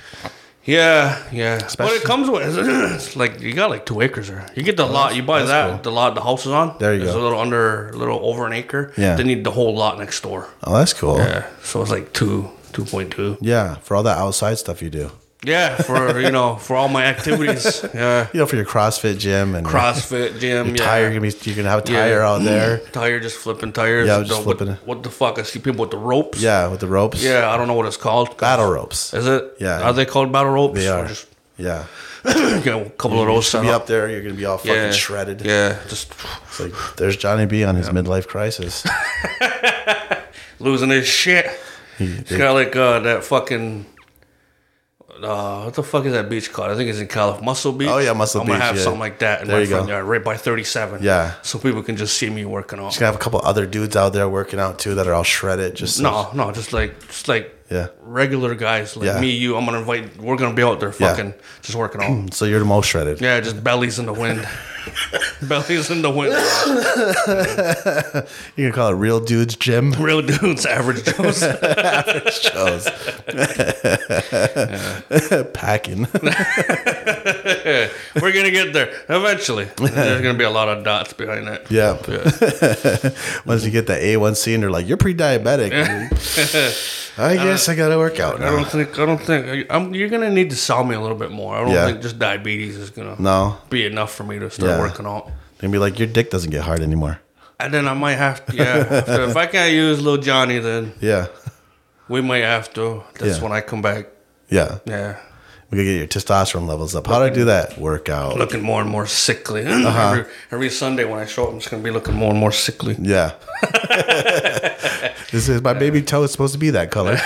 Yeah, yeah. Especially- Oh, but it comes with <clears throat> it's like you got like two acres there. You get the lot, you buy that the lot the house is on. There you it's go. a little under, a little over an acre. Yeah. They need the whole lot next door. Oh, that's cool. Yeah. So it's like two, two point two. yeah. For all that outside stuff you do. Yeah, for you know, for all my <laughs> activities. Yeah, You know, for your CrossFit gym <laughs> and CrossFit gym. your yeah. tire, you're gonna, be, you're gonna have a tire out there. Tire just flipping tires. Yeah, just what, flipping it. What the fuck? I see people with the ropes. Yeah, with the ropes. Yeah, I don't know what it's called. Battle ropes. Is it? Yeah. Are they called battle ropes? They Or are. Just <clears throat> Yeah. you know, a couple of those. You'll Set be up. up there, you're gonna be all fucking Yeah. shredded. Yeah. Just It's like there's Johnny B on his midlife crisis. losing his shit. He- It's got like uh, that fucking. Uh, what the fuck is that beach called? I think it's in California. Muscle Beach. Oh, yeah, Muscle I'm gonna Beach, have yeah. something like that in There my you go. front yard, right by 37. Yeah. So people can just see me working out. He's gonna have a couple other dudes out there working out too that are all shredded. Just No, no, just like just like Yeah. regular guys like Yeah. me, you. I'm gonna invite. We're gonna be out there Yeah. fucking just working <clears throat> out. So you're the most shredded. yeah, just bellies in the <laughs> wind. bellies in the wind. You can call it real dudes gym. <laughs> Real dudes, average Joes. Shows. <laughs> Packing. We're gonna get there eventually. There's gonna be a lot of dots behind that. Yeah. Yeah. Once you get that A1C and they're like, <laughs> you're pre-diabetic. I guess I gotta work out I now. don't think. I don't think. I'm, you're gonna need to sell me a little bit more. I don't Yeah. think just diabetes is gonna No. be enough for me to start Yeah. working out. They're gonna be like, your dick doesn't get hard anymore. And then I might have to. Yeah. So if I can't use little Johnny, then Yeah. <laughs> we might have to. That's Yeah. when I come back. Yeah. Yeah. We gotta get your testosterone levels up. How do I do that? Workout. looking more and more sickly. <clears throat> Uh-huh. every, every Sunday when I show up, I'm just gonna be looking more and more sickly. Yeah. <laughs> this is my baby toe is supposed to be that color.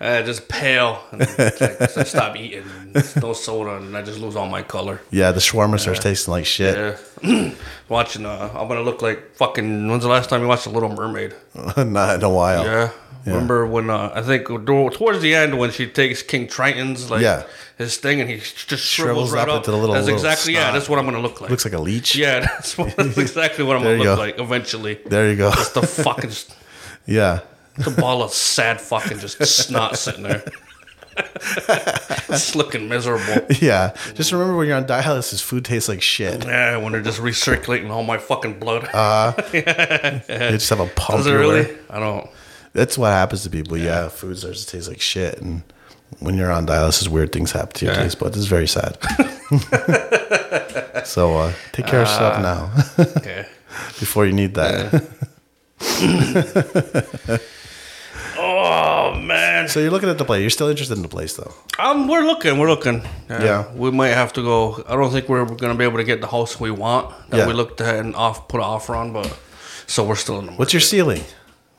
Uh, just pale. And it's like, so I stop eating. There's no soda, and I just lose all my color. Yeah, the shawarma starts tasting like shit. <laughs> Yeah. <clears throat> Watching, uh, I'm gonna look like fucking. When's the last time you watched The Little Mermaid? Not in a while. Yeah. Remember when uh, I think towards the end when she takes King Triton's like Yeah. his thing and he sh- just shrivels, Shrivels right up up. into the little- that's little exactly yeah. snot. That's what I'm gonna look like. Looks like a leech. yeah, <laughs> that's, what, <laughs> that's exactly what I'm There gonna you look go. like eventually. There you go. <laughs> The fucking. yeah. <laughs> The ball of sad fucking just snot sitting there. <laughs> just looking miserable. Yeah. Just remember when you're on dialysis, food tastes like shit. Yeah, when they're just recirculating all my fucking blood. Ah, You just have a pump. Is it everywhere. really? I don't. That's what happens to people. Yeah. Food starts to taste like shit. And when you're on dialysis, weird things happen to your Yeah. taste buds. It's <laughs> very sad. so uh, take care of yourself now <laughs> Okay. before you need that. Oh man. <laughs> So you're looking at the place. You're still interested in the place, though. Um, we're looking. We're looking. Uh, Yeah. We might have to go. I don't think we're gonna be able to get the house we want that Yeah. we looked at and off put an offer on, but so we're still in the. What's your ceiling?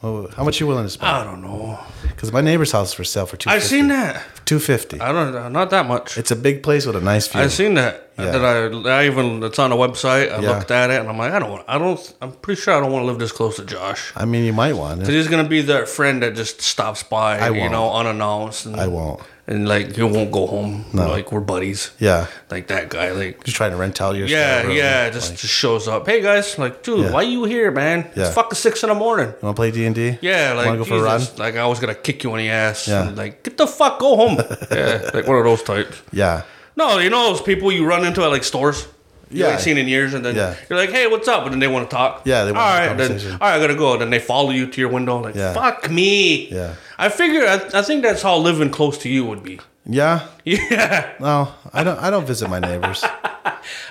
Oh, How much you willing to spend? I don't know. Because my neighbor's house is for sale for two. I've seen that. two fifty. I don't. know. Not that much. It's a big place with a nice view. Uh, I seen that. Yeah. That I, I even it's on a website. I Yeah. looked at it and I'm like, I don't want. I don't. I'm pretty sure I don't want to live this close to Josh. I mean, you might want it. He's gonna be that friend that just stops by, you won't. know, unannounced. And, I won't. And like, he won't go home. Like we're buddies. Yeah, Like that guy. Like. just trying to rent out your. Yeah, spare room. yeah, just, just shows up. Hey guys, like, dude, Yeah. why you here, man? Yeah. It's fucking six in the morning. You want to play D and D? Yeah, like, want to go for a run? Jesus, like I was gonna kick you in the ass. Yeah. And like, get the fuck, go home. <laughs> yeah, like one of those types. Yeah, No, you know those people you run into at like stores. You Yeah. ain't seen in years, and then Yeah. you're like, "Hey, what's up?" And then they want to talk. Yeah, they wanna all have a right, then, conversation. all right, I gotta go. And then they follow you to your window, like, Yeah. "Fuck me." Yeah. I figure. I, I think that's how living close to you would be. <laughs> yeah. Yeah, No, I don't. I don't visit <laughs> my neighbors.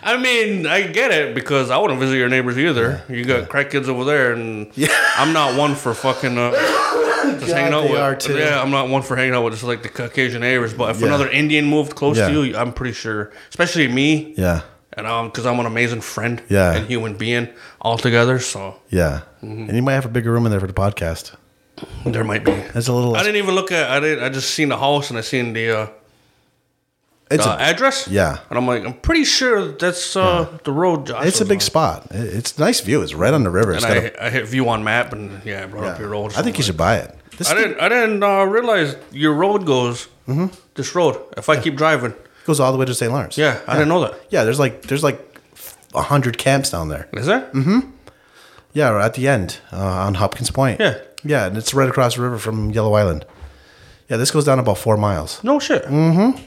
I mean, I get it because I wouldn't visit your neighbors either. You got crack kids over there, and I'm not one for fucking. <laughs> Uh, just hanging out they with, are too. Yeah, I'm not one for hanging out with just like the Caucasian neighbors. But if Yeah. another Indian moved close Yeah. to you, I'm pretty sure, especially me, Yeah, and um, because I'm an amazing friend, Yeah. and human being altogether. So yeah. Mm-hmm. And you might have a bigger room in there for the podcast. there might be. That's a little. I didn't even look at. I didn't. I just seen the house and I seen the uh, It's the a. address. Yeah. and I'm like, I'm pretty sure that's uh, the road. Josh It's a was on. big spot. It- It's nice view. It's right on the river. It's And I, got a- hit- I hit view on map and yeah, I brought up your road. I think you should buy it. This I didn't. I didn't uh, realize your road goes. Mm-hmm. This road. If I keep driving, goes all the way to St. Lawrence. yeah, I didn't know that. Yeah, there's like there's like a hundred camps down there. Is there? Mm-hmm. Yeah, right at the end uh, on Hopkins Point. Yeah. yeah, and it's right across the river from Yellow Island. Yeah, this goes down about four miles. No shit. Mm-hmm.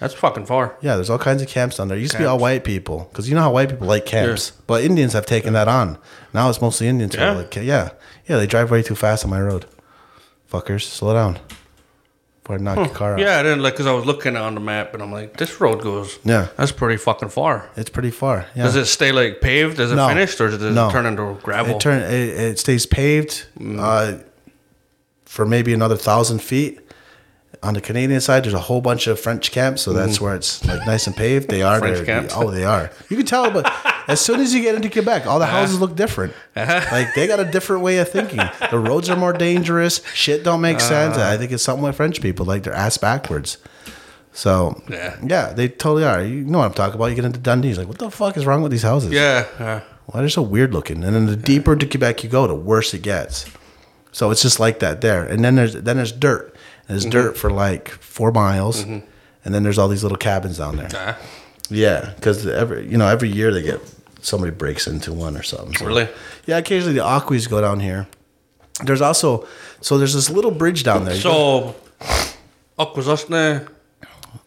That's fucking far. Yeah, there's all kinds of camps down there. It used to be all white people because you know how white people like camps, but Indians have taken that on. Now it's mostly Indians. who Yeah. Like, yeah, yeah, they drive way too fast on my road. Fuckers, slow down. Or knock your car out. Yeah, I didn't like because I was looking on the map and I'm like, this road goes. Yeah. that's pretty fucking far. It's pretty far. Yeah. Does it stay like paved? Is it No. finished or does it No. turn into gravel? Mm. It turn it, it stays paved uh, for maybe another thousand feet. On the Canadian side, there's a whole bunch of French camps, so that's where it's like nice and paved. They are Mm-hmm. French there. camps. Oh, they are. You can <laughs> tell, but as soon as you get into Quebec, all the Uh-huh. houses look different. Like they got a different way of thinking. The roads are more dangerous. Shit don't make Uh-huh. sense. I think it's something with French people, like they're ass backwards. So Yeah. they totally are. You know what I'm talking about? You get into Dundee, you're like, what the fuck is wrong with these houses? yeah, yeah. Well, they're so weird looking. And then the deeper into Quebec you go, the worse it gets. So it's just like that there. And then there's then there's dirt. And Mm-hmm. there's dirt for like four miles. And then there's all these little cabins down there. Ah, Yeah, because every you know every year they get somebody breaks into one or something. So- Really? Yeah, occasionally the Aquis go down here. There's also so there's this little bridge down there. You go- So, Akwesasne,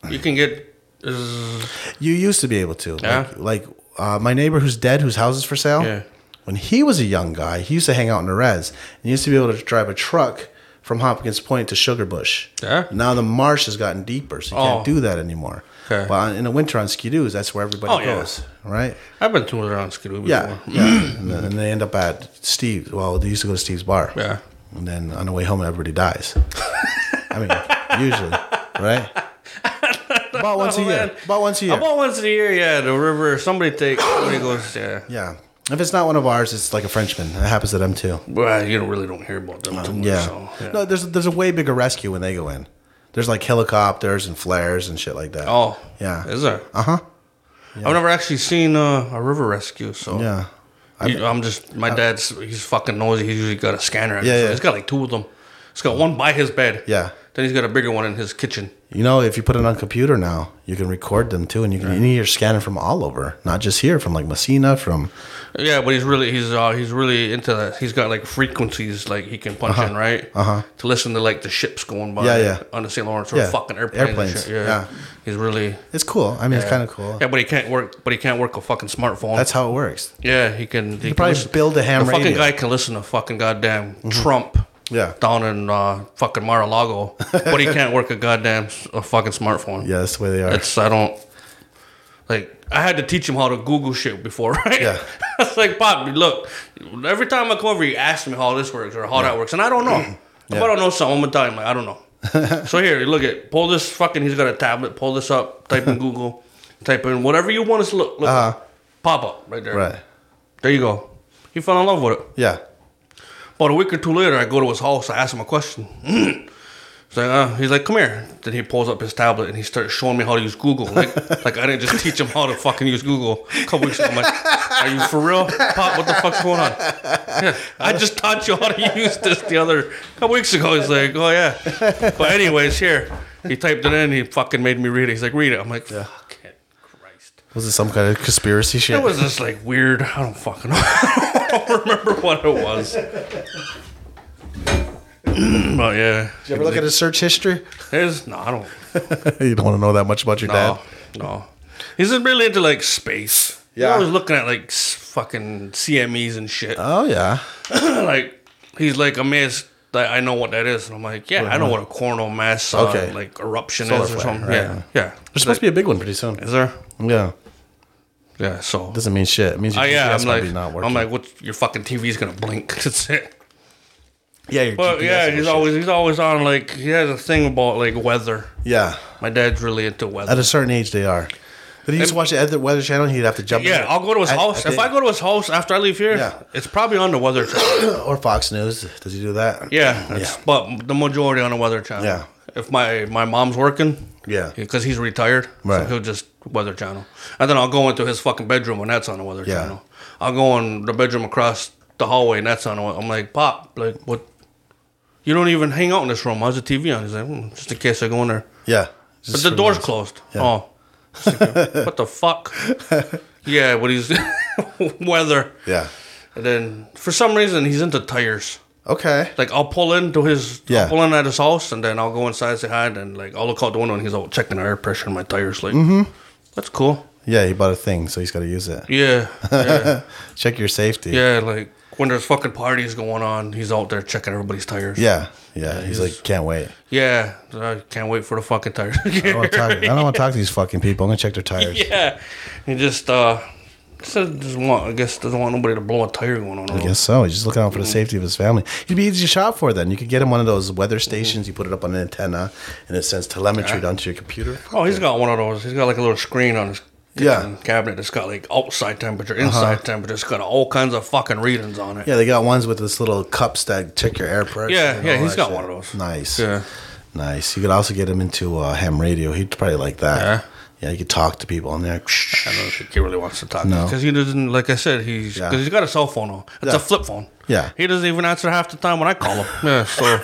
you can get. Is, You used to be able to. Yeah. Like, like uh, my neighbor who's dead, whose house is for sale. Yeah. When he was a young guy, he used to hang out in the res. And he used to be able to drive a truck from Hopkins Point to Sugarbush. Yeah. Now the marsh has gotten deeper, so you Oh. can't do that anymore. Okay. But on- in the winter on Skidoos, that's where everybody Oh, yeah. goes, right? I've been to around Skidoo before. Yeah. yeah. and, then, and they end up at Steve's. Well, they used to go to Steve's bar. Yeah. And then on the way home, everybody dies. <laughs> I mean, usually, <laughs> right? About once a know, man. year. About once a year. About once a year, yeah, the river, somebody <coughs> takes, somebody goes, yeah. Yeah. If it's not one of ours, it's like a Frenchman. It happens to them too. Well, you don't really don't hear about them too much. Uh, Yeah. So, yeah. No, there's there's a way bigger rescue when they go in. There's like helicopters and flares and shit like that. oh, Yeah. Is there? Uh huh. I've never actually seen uh, a river rescue, so. Yeah. You- I'm just my dad's. He's fucking noisy. He's usually got a scanner. Yeah, Yeah, yeah. He's got like two of them. He's got one by his bed. Yeah. Then he's got a bigger one in his kitchen. You know, if you put it on computer now, you can record them too, and you can and you're scanning from all over, not just here, from like Messina, from Yeah, but he's really he's uh, he's really into that. He's got like frequencies like he can punch in right Uh-huh. to listen to like the ships going by. Yeah, yeah. On the St. Lawrence or Yeah. fucking airplanes. and Airplanes, shit, Yeah. yeah. He's really it's cool. I mean, it's kind of cool. yeah, but he can't work. But he can't work a fucking smartphone. That's how it works. yeah. He can. He, can probably listen- build a ham The fucking radio. Mm-hmm. guy can listen to fucking goddamn Trump. Yeah. Down in uh, fucking Mar-a-Lago, but he can't work a goddamn s- a fucking smartphone. Yeah, that's the way they are. It's I don't like I had to teach him how to Google shit before, <laughs> right? Yeah. it's like Pop, look, every time I come over, you ask me how this works or how that works, and I don't <clears throat> know. If I don't know something, I'm gonna tell him like I don't <laughs> know. so here, look at pull this fucking. He's got a tablet. Pull this up. Type <laughs> in Google. type in whatever you want us to look. look Pop up right there. Uh-huh. right. There you go. He fell in love with it. Yeah. About a week or two later, I go to his house. I ask him a question. <clears throat> he's like, uh, he's like, come here. Then he pulls up his tablet and he starts showing me how to use Google. Like, like I didn't just teach him how to fucking use Google a couple weeks ago. I'm like, are you for real? Pop, what the fuck's going on? Yeah, I just taught you how to use this the other couple weeks ago. He's like, oh yeah. But anyways, here. He typed it in. He fucking made me read it. He's like, read it. I'm like, fucking Christ. Was it some kind of conspiracy shit? It was this like weird. I don't fucking <laughs> know. I don't remember what it was. <clears throat> but yeah, you ever look at his search history? <laughs> there's no. I don't. you don't want to know that much about your dad. No, no. He's just really into like space. Yeah. Yeah, I was looking at like s- fucking CMEs and shit. Oh yeah. <clears throat> like he's like amazed that I know what that is, and I'm like, yeah, I know what a coronal mass uh, Uh-huh. Okay. like eruption Solar is or flare, something. right. Yeah, yeah. There's supposed to be a big one pretty soon. Is there? Yeah. Yeah. So Doesn't mean shit. It means your I Uh, yeah, GPS I'm might like, be not working. I'm like, what? Your fucking TV's gonna blink. <laughs> That's it. yeah, your But GPS yeah, will he's shit. always he's always on like he has a thing about like weather. Yeah. My dad's really into At weather. a certain age, they are. But he used to watch the other Weather Channel. He'd have to jump. Yeah, in. I'll go to his I- house. if think- I go to his house after I leave here, Yeah. it's probably on the weather <coughs> channel. or Fox News, does he do that? Yeah, it's- but the majority on the weather channel. Yeah. If my my mom's working, Yeah. because he's retired, so Right. he'll just weather channel. And then I'll go into his fucking bedroom when that's on the weather Yeah. channel. I'll go in the bedroom across the hallway and that's on. the we- I'm like, pop, like what? You don't even hang out in this room. How's the TV on? He's like, "Hmm, just in case I go in there. Yeah. But Just the for door's news. closed. Oh. <laughs> what the fuck? yeah, but he's <laughs> weather. Yeah. And then for some reason he's into tires. Okay. Like I'll pull into his I'll Yeah. pull in at his house and then I'll go inside say hi and then like I'll look out the window and he's all checking the air pressure in my tires like Mm-hmm. that's cool. Yeah, he bought a thing, so he's got to use it. <laughs> Yeah. Yeah. Check your safety. yeah, like when there's fucking parties going on, he's out there checking everybody's tires. Yeah, yeah. He's like, can't wait. Yeah, I can't wait for the fucking tires. <laughs> I don't want to talk. I don't want to talk to these fucking people. I'm gonna check their tires. yeah, he just uh, said doesn't want. I guess doesn't want nobody to blow a tire going on. I guess so. He's just looking out for the safety of his family. He'd be easy to shop for then. You could get him one of those weather stations. You put it up on an antenna, and it sends telemetry down to your computer. Oh, he's got one of those. He's got like a little screen on his Yeah. Uh-huh. kitchen cabinet that's got like outside temperature, inside temperature. It's got all kinds of fucking readings on it. Yeah, they got ones with this little cups that check your air pressure. Yeah, and yeah, all he's that got one of those. Nice. Yeah. Nice. You could also get him into uh, ham radio. He'd probably like that. Yeah. Yeah, you could talk to people on there. I don't think he really wants to talk No. because he doesn't. Like I said, he's Yeah. because he's got a cell phone. On. It's Yeah. a flip phone. Yeah. he doesn't even answer half the time when I call him. yeah, so <coughs>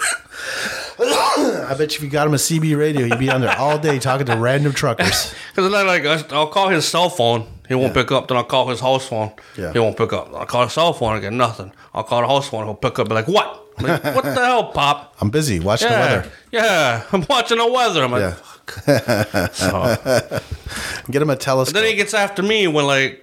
I bet you if you got him a CB radio, he'd be on there all day talking to random <laughs> truckers. because not like us- I'll call his cell phone, he won't pick up. Then I'll call his house phone, Yeah. he won't pick up. I'll call his cell phone again, nothing. I'll call the house phone, he'll pick up. Be like, what? I'm Like, what the hell, pop? I'm busy watching Yeah, <laughs> the weather. yeah. <laughs> I'm watching the weather. I'm like, Yeah. so. Get him a telescope. <laughs> Then he gets after me when like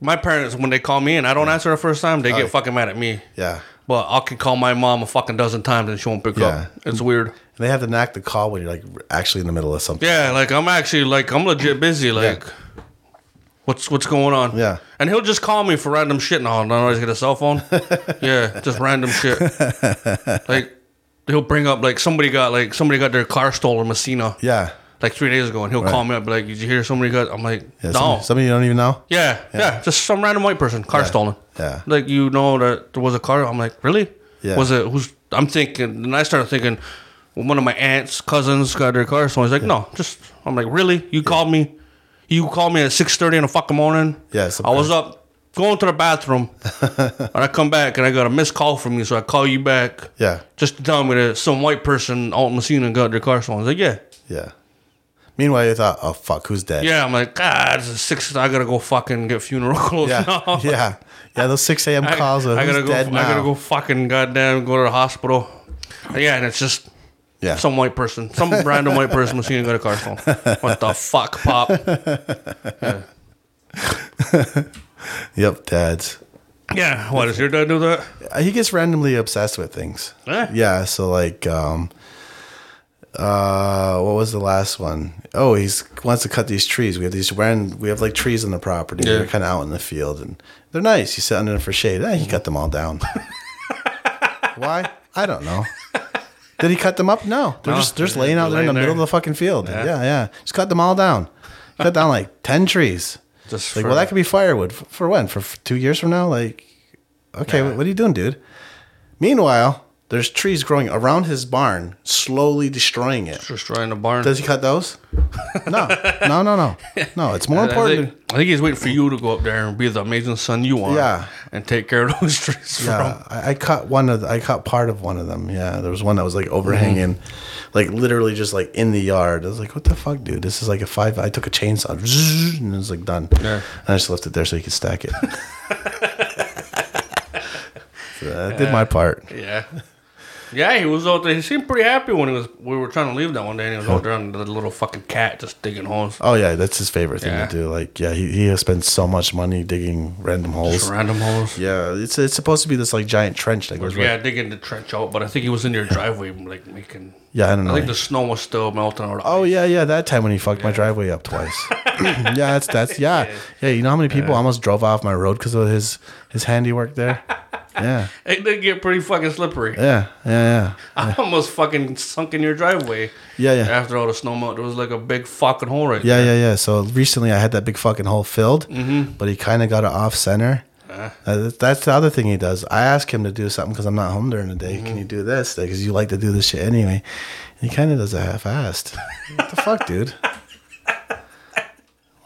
my parents when they call me and I don't answer the first time, they get fucking mad at me. Oh. yeah. But I can call my mom a fucking dozen times and she won't pick Yeah. up. It's weird. They have the knack to call when you're like actually in the middle of something. Yeah, like I'm actually like I'm legit busy. Like, what's what's going on? Yeah. And he'll just call me for random shit and all. And I always get a cell <laughs> phone. yeah, just random shit. Like he'll bring up like somebody got like somebody got their car stolen in Messina. Yeah. Like three days ago, and he'll call me up like, "Did you hear somebody got?" I'm like, Yeah, "No." Somebody, somebody you don't even know. Yeah, yeah, just some random white person, car stolen. yeah. like you know that there was a car. I'm like, really? Yeah. Was it? Who's? I'm thinking, and I started thinking, one of my aunts, cousins got their car stolen. He's like, no, just. I'm like, really? You called me? You called me at six thirty in the fucking morning? Yeah, some I was up going to the <laughs> bathroom, and I come back and I got a missed call from you, so I call you back. Yeah. Just to tell me that some white person out in Messina got their car stolen. I was like, yeah. Yeah. Meanwhile, you thought, oh, fuck, who's dead? Yeah, <laughs> I'm like, God, it's six. I gotta go fucking get funeral clothes Yeah. <laughs> now. yeah. Yeah, Those 6 a.m. I, calls of I who's gotta go. dead now. I gotta go. Fucking goddamn, go to the hospital. Yeah, and it's just Yeah. some white person, <laughs> some random white person machine and got a car phone. What the fuck, pop? Yep, dads. Yeah, why does your dad do that? Uh, He gets randomly obsessed with things. Eh? Yeah. So, like, um, uh, what was the last one? Oh, he's wants to cut these trees. We have these wearing, we have like trees on the property. Yeah. They're kind of out in the field and they're nice. He's sitting in for shade. Eh, he cut them all down. <laughs> Why? I don't know. Did he cut them up? No. They're No, just they're just they're- laying out they're there in the laying middle of there. the fucking field. Yeah, yeah. Just cut them all down. Cut down like 10 trees. Just like, for- well, that could be firewood. For, for when? For f- two years from now? Like, okay, wh- what are you doing, dude? Meanwhile, there's trees growing around his barn, slowly destroying it. Destroying the barn. Does he cut those? No, no, no, no. No, it's more I think, important. I think he's waiting for you to go up there and be the amazing son you are. Yeah. and take care of those <laughs> trees for him. Yeah, I, I cut one of the, I cut part of one of them. Yeah, there was one that was Mm-hmm. like overhanging, like literally just like in the yard. I was like, what the fuck, dude? This is like a five. I took a chainsaw <laughs> zzz, and it was like done. Yeah. And I just left it there so you could <laughs> stack it. so I did my part. Yeah. Yeah, he was out there. He seemed pretty happy when he was. We were trying to leave that one day, and he was out there on the little fucking cat just digging holes, Oh yeah, that's his favorite thing Yeah. to do. Like yeah, he, he has spent so much money digging random holes. random holes. Yeah, it's it's supposed to be this like giant trench that goes Yeah, right. digging the trench out, but I think he was in your driveway, like making. Yeah, I don't know. I think the snow was still melting. Or Oh yeah, yeah. That time when he fucked my driveway up twice. <laughs> <clears throat> yeah, that's that's yeah, yeah. You know how many people almost drove off my road because of his his handiwork <laughs> there. Yeah, it did get pretty fucking slippery. yeah, yeah, <laughs> I almost fucking sunk in your driveway. yeah, yeah, yeah, After all the snow melt, there was like a big fucking hole right yeah, yeah, yeah. So recently I had that big fucking hole filled, but he kind of got it off center. Uh, that- that's the other thing he does. I ask him to do something because I'm not home during the day. Can you do this? Because you like to do this shit anyway. And he kind of does it half-assed. what the fuck, <laughs> dude?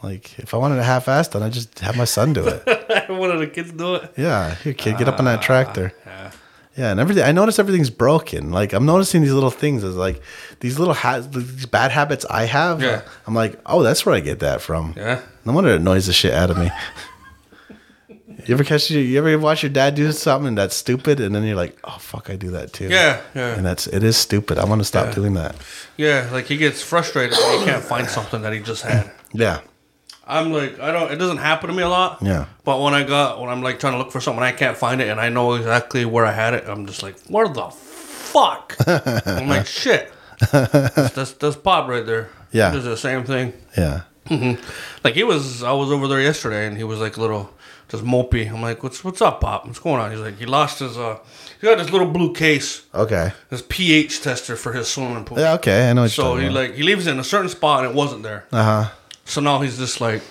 Like, if I wanted a half-assed, then I just have my son do it. there. <laughs> One of the kids do it. Yeah, here, kid, get up on that Ah, tractor. Yeah. and everything. I notice everything's broken. Like I'm noticing these little things as like these little ha- these bad habits I have. Yeah. I'm like, oh, that's where I get that from. Yeah. No wonder it annoys the shit out of me. you ever catch you, you ever watch your dad do something that's stupid, and then you're like, oh fuck, I do that too. Yeah, yeah. And that's it is stupid. I want to stop doing that. Yeah, like he gets frustrated when he can't find something that he just had. Yeah. I'm like, I don't. It doesn't happen to me a lot. Yeah. But when I got when I'm like trying to look for something, I can't find it, and I know exactly where I had it. I'm just like, where the <laughs> fuck? I'm like, shit. That's, that's that's pop right there. Yeah. It's the same thing. Yeah. Like he was, I was over there yesterday, and he was like a little just mopey. I'm like, what's what's up, pop? What's going on? He's like, he lost his uh, he got this little blue case, Okay. this pH tester for his swimming pool. Yeah. Okay. I know. What So you're he like he leaves it in a certain spot, and it wasn't there. Uh huh. So now he's just like,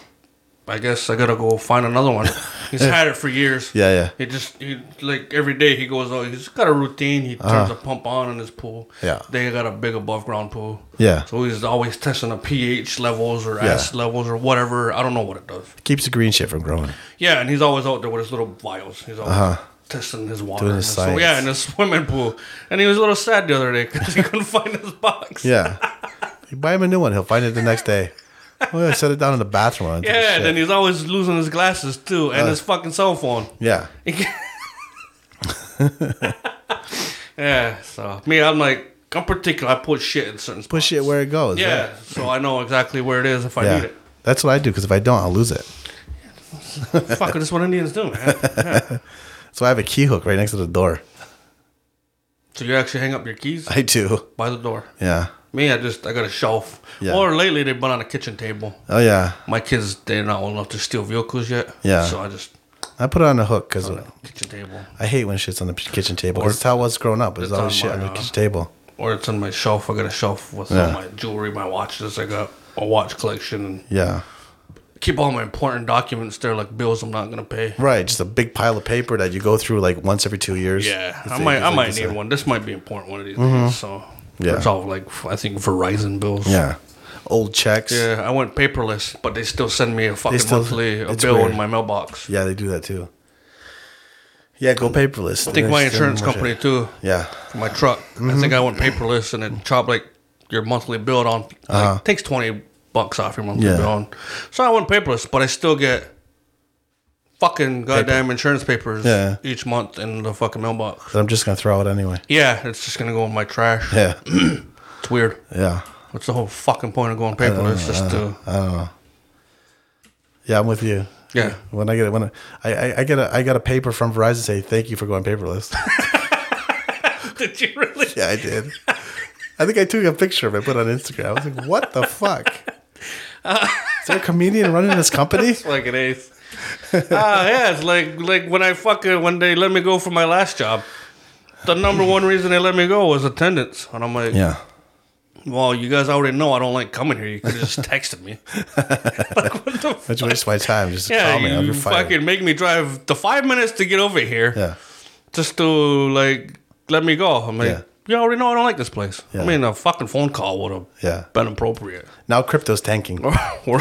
I guess I gotta go find another one. He's had it for years. <laughs> Yeah. Yeah. He just he like every day he goes. Oh, he's got a routine. He turns the pump on in his pool. Uh-huh. Yeah. They got a big above ground pool. Yeah. So he's always testing the pH levels or Yeah. S levels or whatever. I don't know what it does. Keeps the green shit from growing. Yeah, and he's always out there with his little vials. He's always testing his water. Uh-huh. Doing his and so, yeah, science. in his swimming pool. And he was a little sad the other day because he <laughs> couldn't find his box. Yeah. you buy him a new one. He'll find it the next day. Oh, yeah, I set it down in the bathroom. I took a Yeah, shit. and then he's always losing his glasses too, Uh. and his fucking cell phone. yeah. yeah, so me, I'm like, I'm particular. I put shit in certain Push it where it goes. Yeah, so I know exactly where it is if I Yeah. need it. That's what I do because if I don't, I'll lose it. Fuck, that's what Indians do, <laughs> man. So I have a key hook right next to the door. So you actually hang up your keys <laughs> I do. by the door. Yeah. Me, I just I got a shelf. Yeah. Or lately they've been on a kitchen table. Oh yeah. My kids they're not old enough to steal vehicles yet. Yeah. So I just I put it on a hook because kitchen table I hate when shit's on the p- kitchen table. That's how I was growing up. There's It's always on shit on my, the uh, kitchen table. or it's on my shelf. I got a shelf with all Yeah. my jewelry, my watches. I got a watch collection and Yeah. keep all my important documents there, like bills I'm not gonna pay. Right. Just a big pile of paper that you go through like once every two years. Yeah, It's I like- might, it's I like might this, need uh, one. This might be important one of these days. So Yeah. it's all like I think Verizon bills. Yeah. Old checks. Yeah. Yeah, I went paperless, but they still send me a fucking still- monthly a it's bill weird. in my mailbox. they do that too. Yeah, go paperless. I think my insurance company too. Yeah. Mm-hmm. For my truck, I think I went paperless and it chopped like your monthly bill on. Like, Takes twenty bucks off your monthly Uh-huh. Yeah. bill. On. So I went paperless, but I still get fucking goddamn insurance papers Yeah. each month in the fucking mailbox. That I'm just gonna throw out anyway. <laughs> Yeah, it's just gonna go in my trash. Yeah. It's weird. yeah. What's the whole fucking point of going Uh, paperless? Just to Yeah. I'm with you. yeah. When I get it, when I, I, I get a I got a paper from Verizon say thank you for going paperless. <laughs> <laughs> Did you really? <laughs> Yeah, I did. I think I took a picture of it, put it on Instagram. I was like, what the <laughs> fuck? Is there a comedian running this company? Like an ace. Ah, yeah. It's like like when I fucking when they let me go for my last job. The number one reason they let me go was attendance, and I'm like, Yeah. well, you guys already know I don't like coming here. You could have <laughs> just texted me. <laughs> like, what the That's a waste of my time. Just yeah, yeah, call me. I'll you be fired. fucking make me drive the five minutes to get over here yeah. just to like let me go. I'm like, Yeah. you already know I don't like this place. Yeah. I mean, a fucking phone call would have Yeah. been appropriate. Now crypto's tanking. <laughs> Oh. or,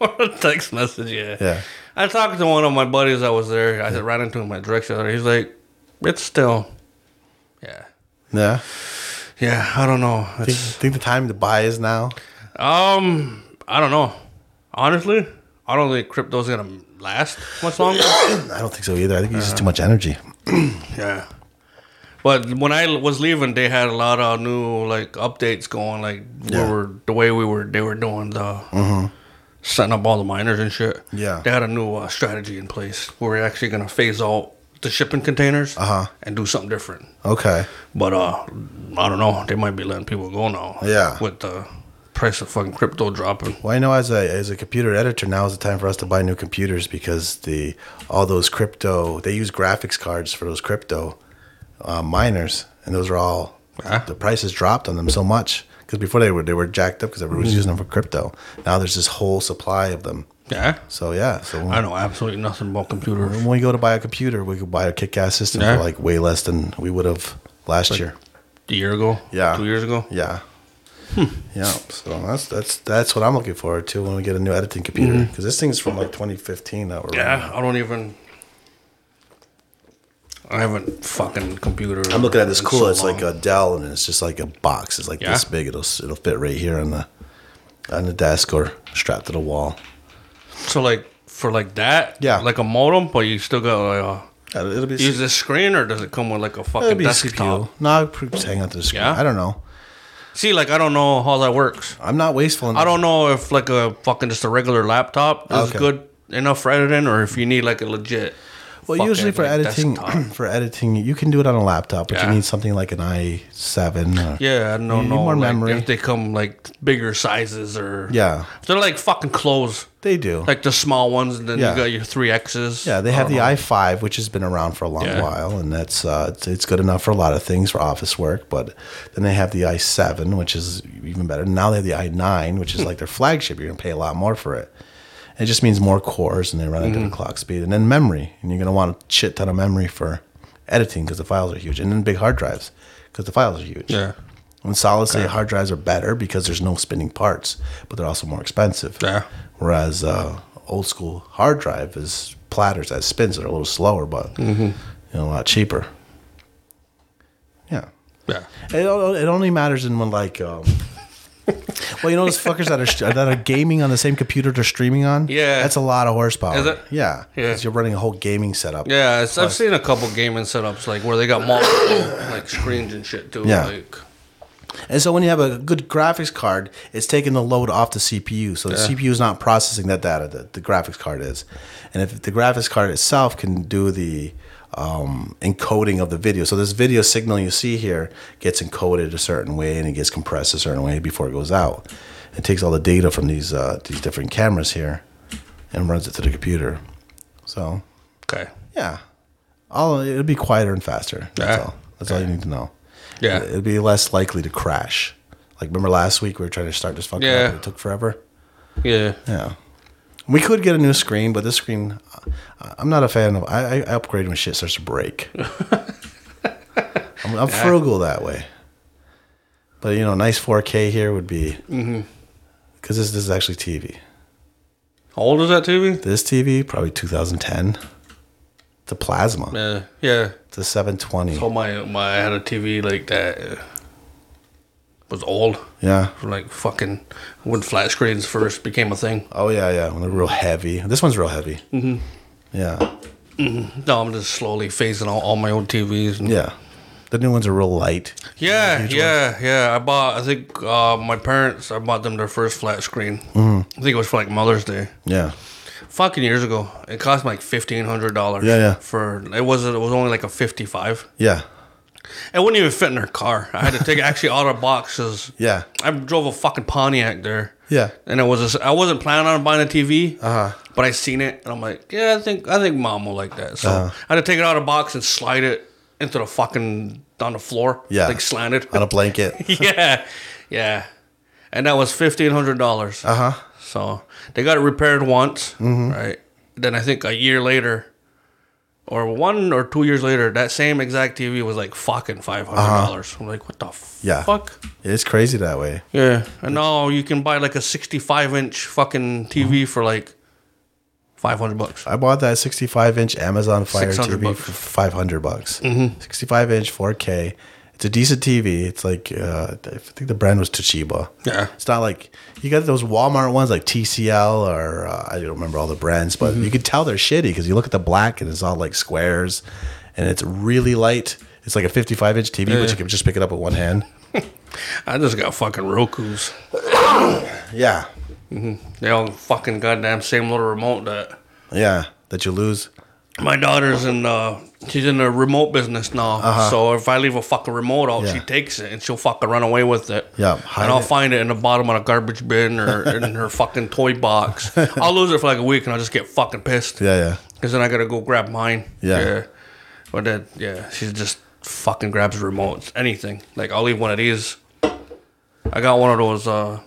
or a text message. Yeah. Yeah. I talked to one of my buddies that was there. I ran into him at Drexel. and He's like, it's still, yeah, Yeah. yeah. I don't know. Think, It's, think the time to buy is now. um, I don't know. Honestly, I don't think crypto's gonna last much longer. I don't think so either. I think it's just too much energy. yeah. But when I was leaving, they had a lot of new like updates going, like we were the way we were they were doing the setting up all the miners and shit. Mm-hmm. Yeah. they had a new uh, strategy in place where we're actually gonna phase out the shipping containers Uh-huh. and do something different. Okay. But uh, I don't know, they might be letting people go now. Yeah. with the price of fucking crypto dropping. Well, I know as a as a computer editor, now is the time for us to buy new computers because the all those crypto they use graphics cards for those crypto uh, miners, and those are all Ah. the prices dropped on them so much because before they were they were jacked up because everyone was using them for crypto. Now there's this whole supply of them. Yeah, So yeah, so I when, know absolutely nothing about computers. when we go to buy a computer, we could buy a kick-ass system Yeah. for like way less than we would have last year. A year ago, Yeah. two years ago. Yeah. Hmm. Yeah. So that's that's that's what I'm looking forward to when we get a new editing computer because this thing's from like 2015 that we're. running. Mm-hmm. Yeah, I don't even. I haven't fucking computer. I'm looking at this cool. it's like a. a Dell, and it's just like a box. It's like Yeah. this big. It'll it'll fit right here on the on the desk or strapped to the wall. so like for like that. Yeah. like a modem, but you still got like Uh, It'll be a, use this screen or does it come with like a it'll fucking be desktop? CPU. No, I'll pr- just hang on to the screen. Yeah? I don't know. See, like I don't know how that works. I'm not wasteful. Enough. I don't know if like a fucking just a regular laptop is Okay. good enough for editing, or if you need like a legit. Well, fucking, usually for like, editing, <clears throat> desktop. for editing, you can do it on a laptop, but Yeah. you need something like an i7. Or, Yeah, I don't need know. more like, memory. If they come like bigger sizes or Yeah. if they're like fucking clothes, They do. like the small ones, and then Yeah. you got your three X's. Uh-huh. yeah, they I have don't the know. i5, which has been around for a long Yeah. while, and that's uh, it's, it's good enough for a lot of things for office work. But then they have the i7, which is even better. Now they have the i9, which Hmm. is like their flagship. You're gonna pay a lot more for it. It just means more cores, and they run at Hmm. different clock speed, and then memory, and you're gonna want a shit ton of memory for editing because the files are huge, and then big hard drives because the files are huge. Yeah. And solid state hard drives are better because there's no spinning parts, but they're also more expensive. Yeah. Whereas uh, old school hard drive is platters that spins that are a little slower, but Mm-hmm. you know, a lot cheaper. Yeah. Yeah. It, o- it only matters in when like. <laughs> Um, well, you know those fuckers that are that are gaming on the same computer they're streaming on. Yeah. that's a lot of horsepower. Is it? Yeah, Yeah. 'Cause you're running a whole gaming setup. Yeah, it's, I've seen a couple gaming setups like where they got multiple like screens and shit too. Yeah. Like, And so when you have a good graphics card, it's taking the load off the CPU. So the CPU is not processing that data that the graphics card is. And if the graphics card itself can do the um, encoding of the video, so this video signal you see here gets encoded a certain way and it gets compressed a certain way before it goes out. It takes all the data from these uh, these different cameras here and runs it to the computer. So okay. yeah, all it'll be quieter and faster. That's Yeah. all. That's all you need to know. Yeah. It- it'd be less likely to crash. Like remember last week we were trying to start this fucking Yeah. up and it took forever. Yeah. Yeah, we could get a new screen, but this screen, I- I'm not a fan of. I, I I upgrade when shit starts to <laughs> break. I'm, I'm frugal that way. But you know, nice 4K here would be because Mm-hmm. this this is actually TV. How old is that TV? This TV probably 2010. It's a plasma. Yeah. Uh, Yeah. It's a 720. So my my I had a TV like that. uh, Was old. Yeah. From like fucking when flat screens first became a thing. Oh yeah, yeah. When they're real heavy. This one's real heavy. Mm-hmm. Yeah, No, I'm just slowly phasing out all my old TVs. And yeah. The new ones are real light. yeah, yeah, yeah. I bought. I think uh, my parents. I bought them their first flat screen. Mm-hmm. Mm. I think it was for like Mother's Day. Yeah, fucking years ago. It cost me like fifteen hundred dollars. Yeah, yeah. For it was it was only like a fifty five. yeah, It wouldn't even fit in her car. I had to take it actually out of boxes. <laughs> yeah, I drove a fucking Pontiac there. yeah. And it was I I wasn't planning on buying a TV. Uh-huh. But I seen it and I'm like, yeah, I think I think mom will like that. So Uh-huh. I had to take it out of the box and slide it into the fucking on the floor. Yeah. Uh-huh. Like slanted. On a blanket. <laughs> yeah. Yeah. And that was fifteen hundred dollars. Uh huh. So they got it repaired once, right? Then I think a year later, or one or two years later, that same exact TV was like fucking five hundred dollars. I'm like, what the Yeah. fuck? It's crazy that way. Yeah. And now you can buy like a sixty-five inch fucking TV for like five hundred bucks. I bought that 65 inch Amazon Fire 600 TV bucks. Mm-hmm. for 500 bucks. 65 inch 4K. It's a decent TV. It's like uh, I think the brand was Toshiba. Yeah. It's not like you got those Walmart ones like TCL or uh, I don't remember all the brands, but Mm-hmm. you could tell they're shitty because you look at the black and it's all like squares, and it's really light. It's like a 55 inch TV, but you can just pick it up with one hand. I just got fucking Roku's. Yeah, They all fucking goddamn same little remote that. yeah, that you lose. my daughter's in uh she's in the remote business now. So if I leave a fucking remote out, she Uh-huh. Yeah. takes it and she'll fucking run away with it. Yeah, hide And I'll it. find it in the bottom of the garbage bin <laughs> or in her fucking toy box. I'll lose it for like a week and I'll just get fucking pissed. Yeah, yeah. Cause then I gotta go grab mine. Yeah. But then yeah, she just fucking grabs remotes. Anything. Like I'll leave one of these. I got one of those uh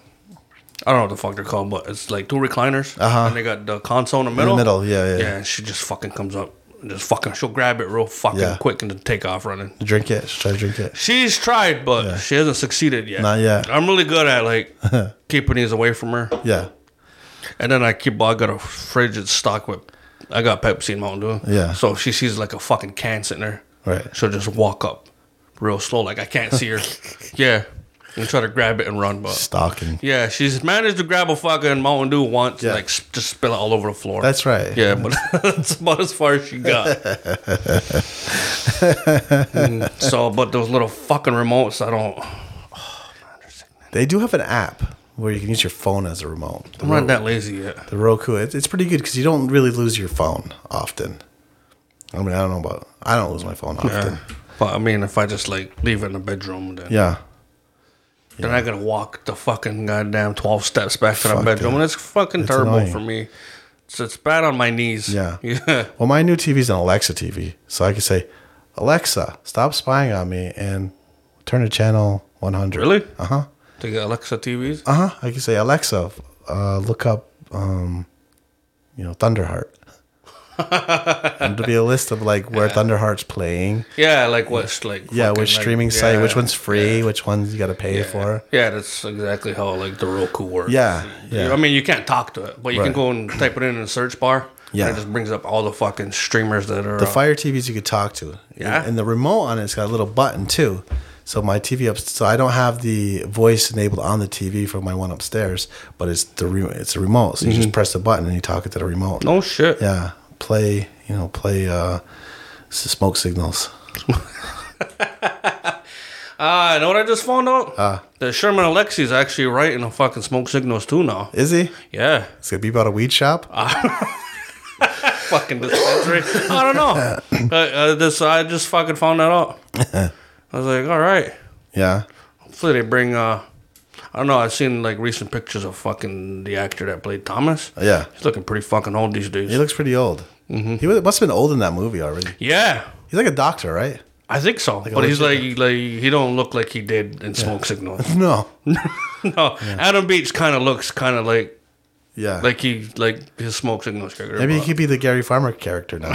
I don't know what the fuck they're called, but it's like two recliners, uh-huh. and they got the console in the middle. middle, yeah, yeah, yeah. Yeah, and she just fucking comes up, and just fucking, she'll grab it real fucking Yeah. quick and then take off running. Drink it. Try to drink it. She's tried, but she hasn't succeeded yet. Not yet. I'm really good at <laughs> like keeping these away from her, Yeah, and then I keep. I got a fridge that's stocked with. I got Pepsi and Mountain Dew. Yeah. So if she sees like a fucking can sitting there, Right. She'll just walk up, real slow, like I can't <laughs> see her. yeah. And try to grab it and run, but stalking. yeah, she's managed to grab a fucking Mountain Dew once, Yeah. and, like s- just spill it all over the floor. That's right. yeah, but <laughs> that's about as far as she <laughs> got. Mm, so, but those little fucking remotes, I don't. They do have an app where you can use your phone as a remote. The, I'm not that lazy yet. the Roku, it's, it's pretty good because you don't really lose your phone often. I mean, I don't know about. I don't lose my phone often. Yeah. But I mean, if I just like leave it in the bedroom, then, Yeah. then I gotta walk the fucking goddamn 12 steps back to the Fuck bedroom. that. And it's fucking It's terrible annoying. for me. So it's bad on my knees. Yeah. Yeah. Well, my new TV is an Alexa TV, so I can say, Alexa, stop spying on me and turn to channel <laughs> 100. Really? Uh huh. They got Alexa TVs? Uh huh. I can say, Alexa, uh, look up, um, you <laughs> know, Thunderheart. and it'll be a list of like where Thunderheart's playing. Yeah, like what's like. Yeah, fucking, which like- streaming site? yeah, Which one's free? Which ones you got to pay for? Yeah, that's exactly how like the Roku works. Yeah, yeah. I mean, you can't talk to it, but you can Right. go and type it in in the search bar. Yeah. And it just brings up all the fucking streamers that are. The on. Fire TVs you could talk to. Yeah. And the remote on it's got a little button too. So my TV up, so I don't have the voice enabled on the TV for my one upstairs, but it's the re- it's a remote. So you just press the button and you talk it to the remote. no shit. Yeah. Play, you know, play uh, s- smoke signals. Ah, you know what I just found out? Uh, that Sherman Alexi's actually writing the fucking smoke signals too now. Is he? Ah. Yeah. It's gonna be about a weed shop. fucking dispensary. <laughs> I don't know. But uh, this I just fucking found that out. I was like, all right. yeah. Hopefully they bring. uh I don't know. I've seen like recent pictures of fucking the actor that played Thomas. Yeah. He's looking pretty fucking old these days. He looks pretty old. Mm-hmm. He wa- must have been old in that movie already. yeah. He's like a doctor, right? <laughs> I think so, but a he's like, legit- like he don't look like he did in Smoke <laughs> Signal. No. no, Adam Beach kind of looks kind of like Yeah. like he like his Smoke Signals character. Maybe he but- could be the Gary Farmer character <laughs> now.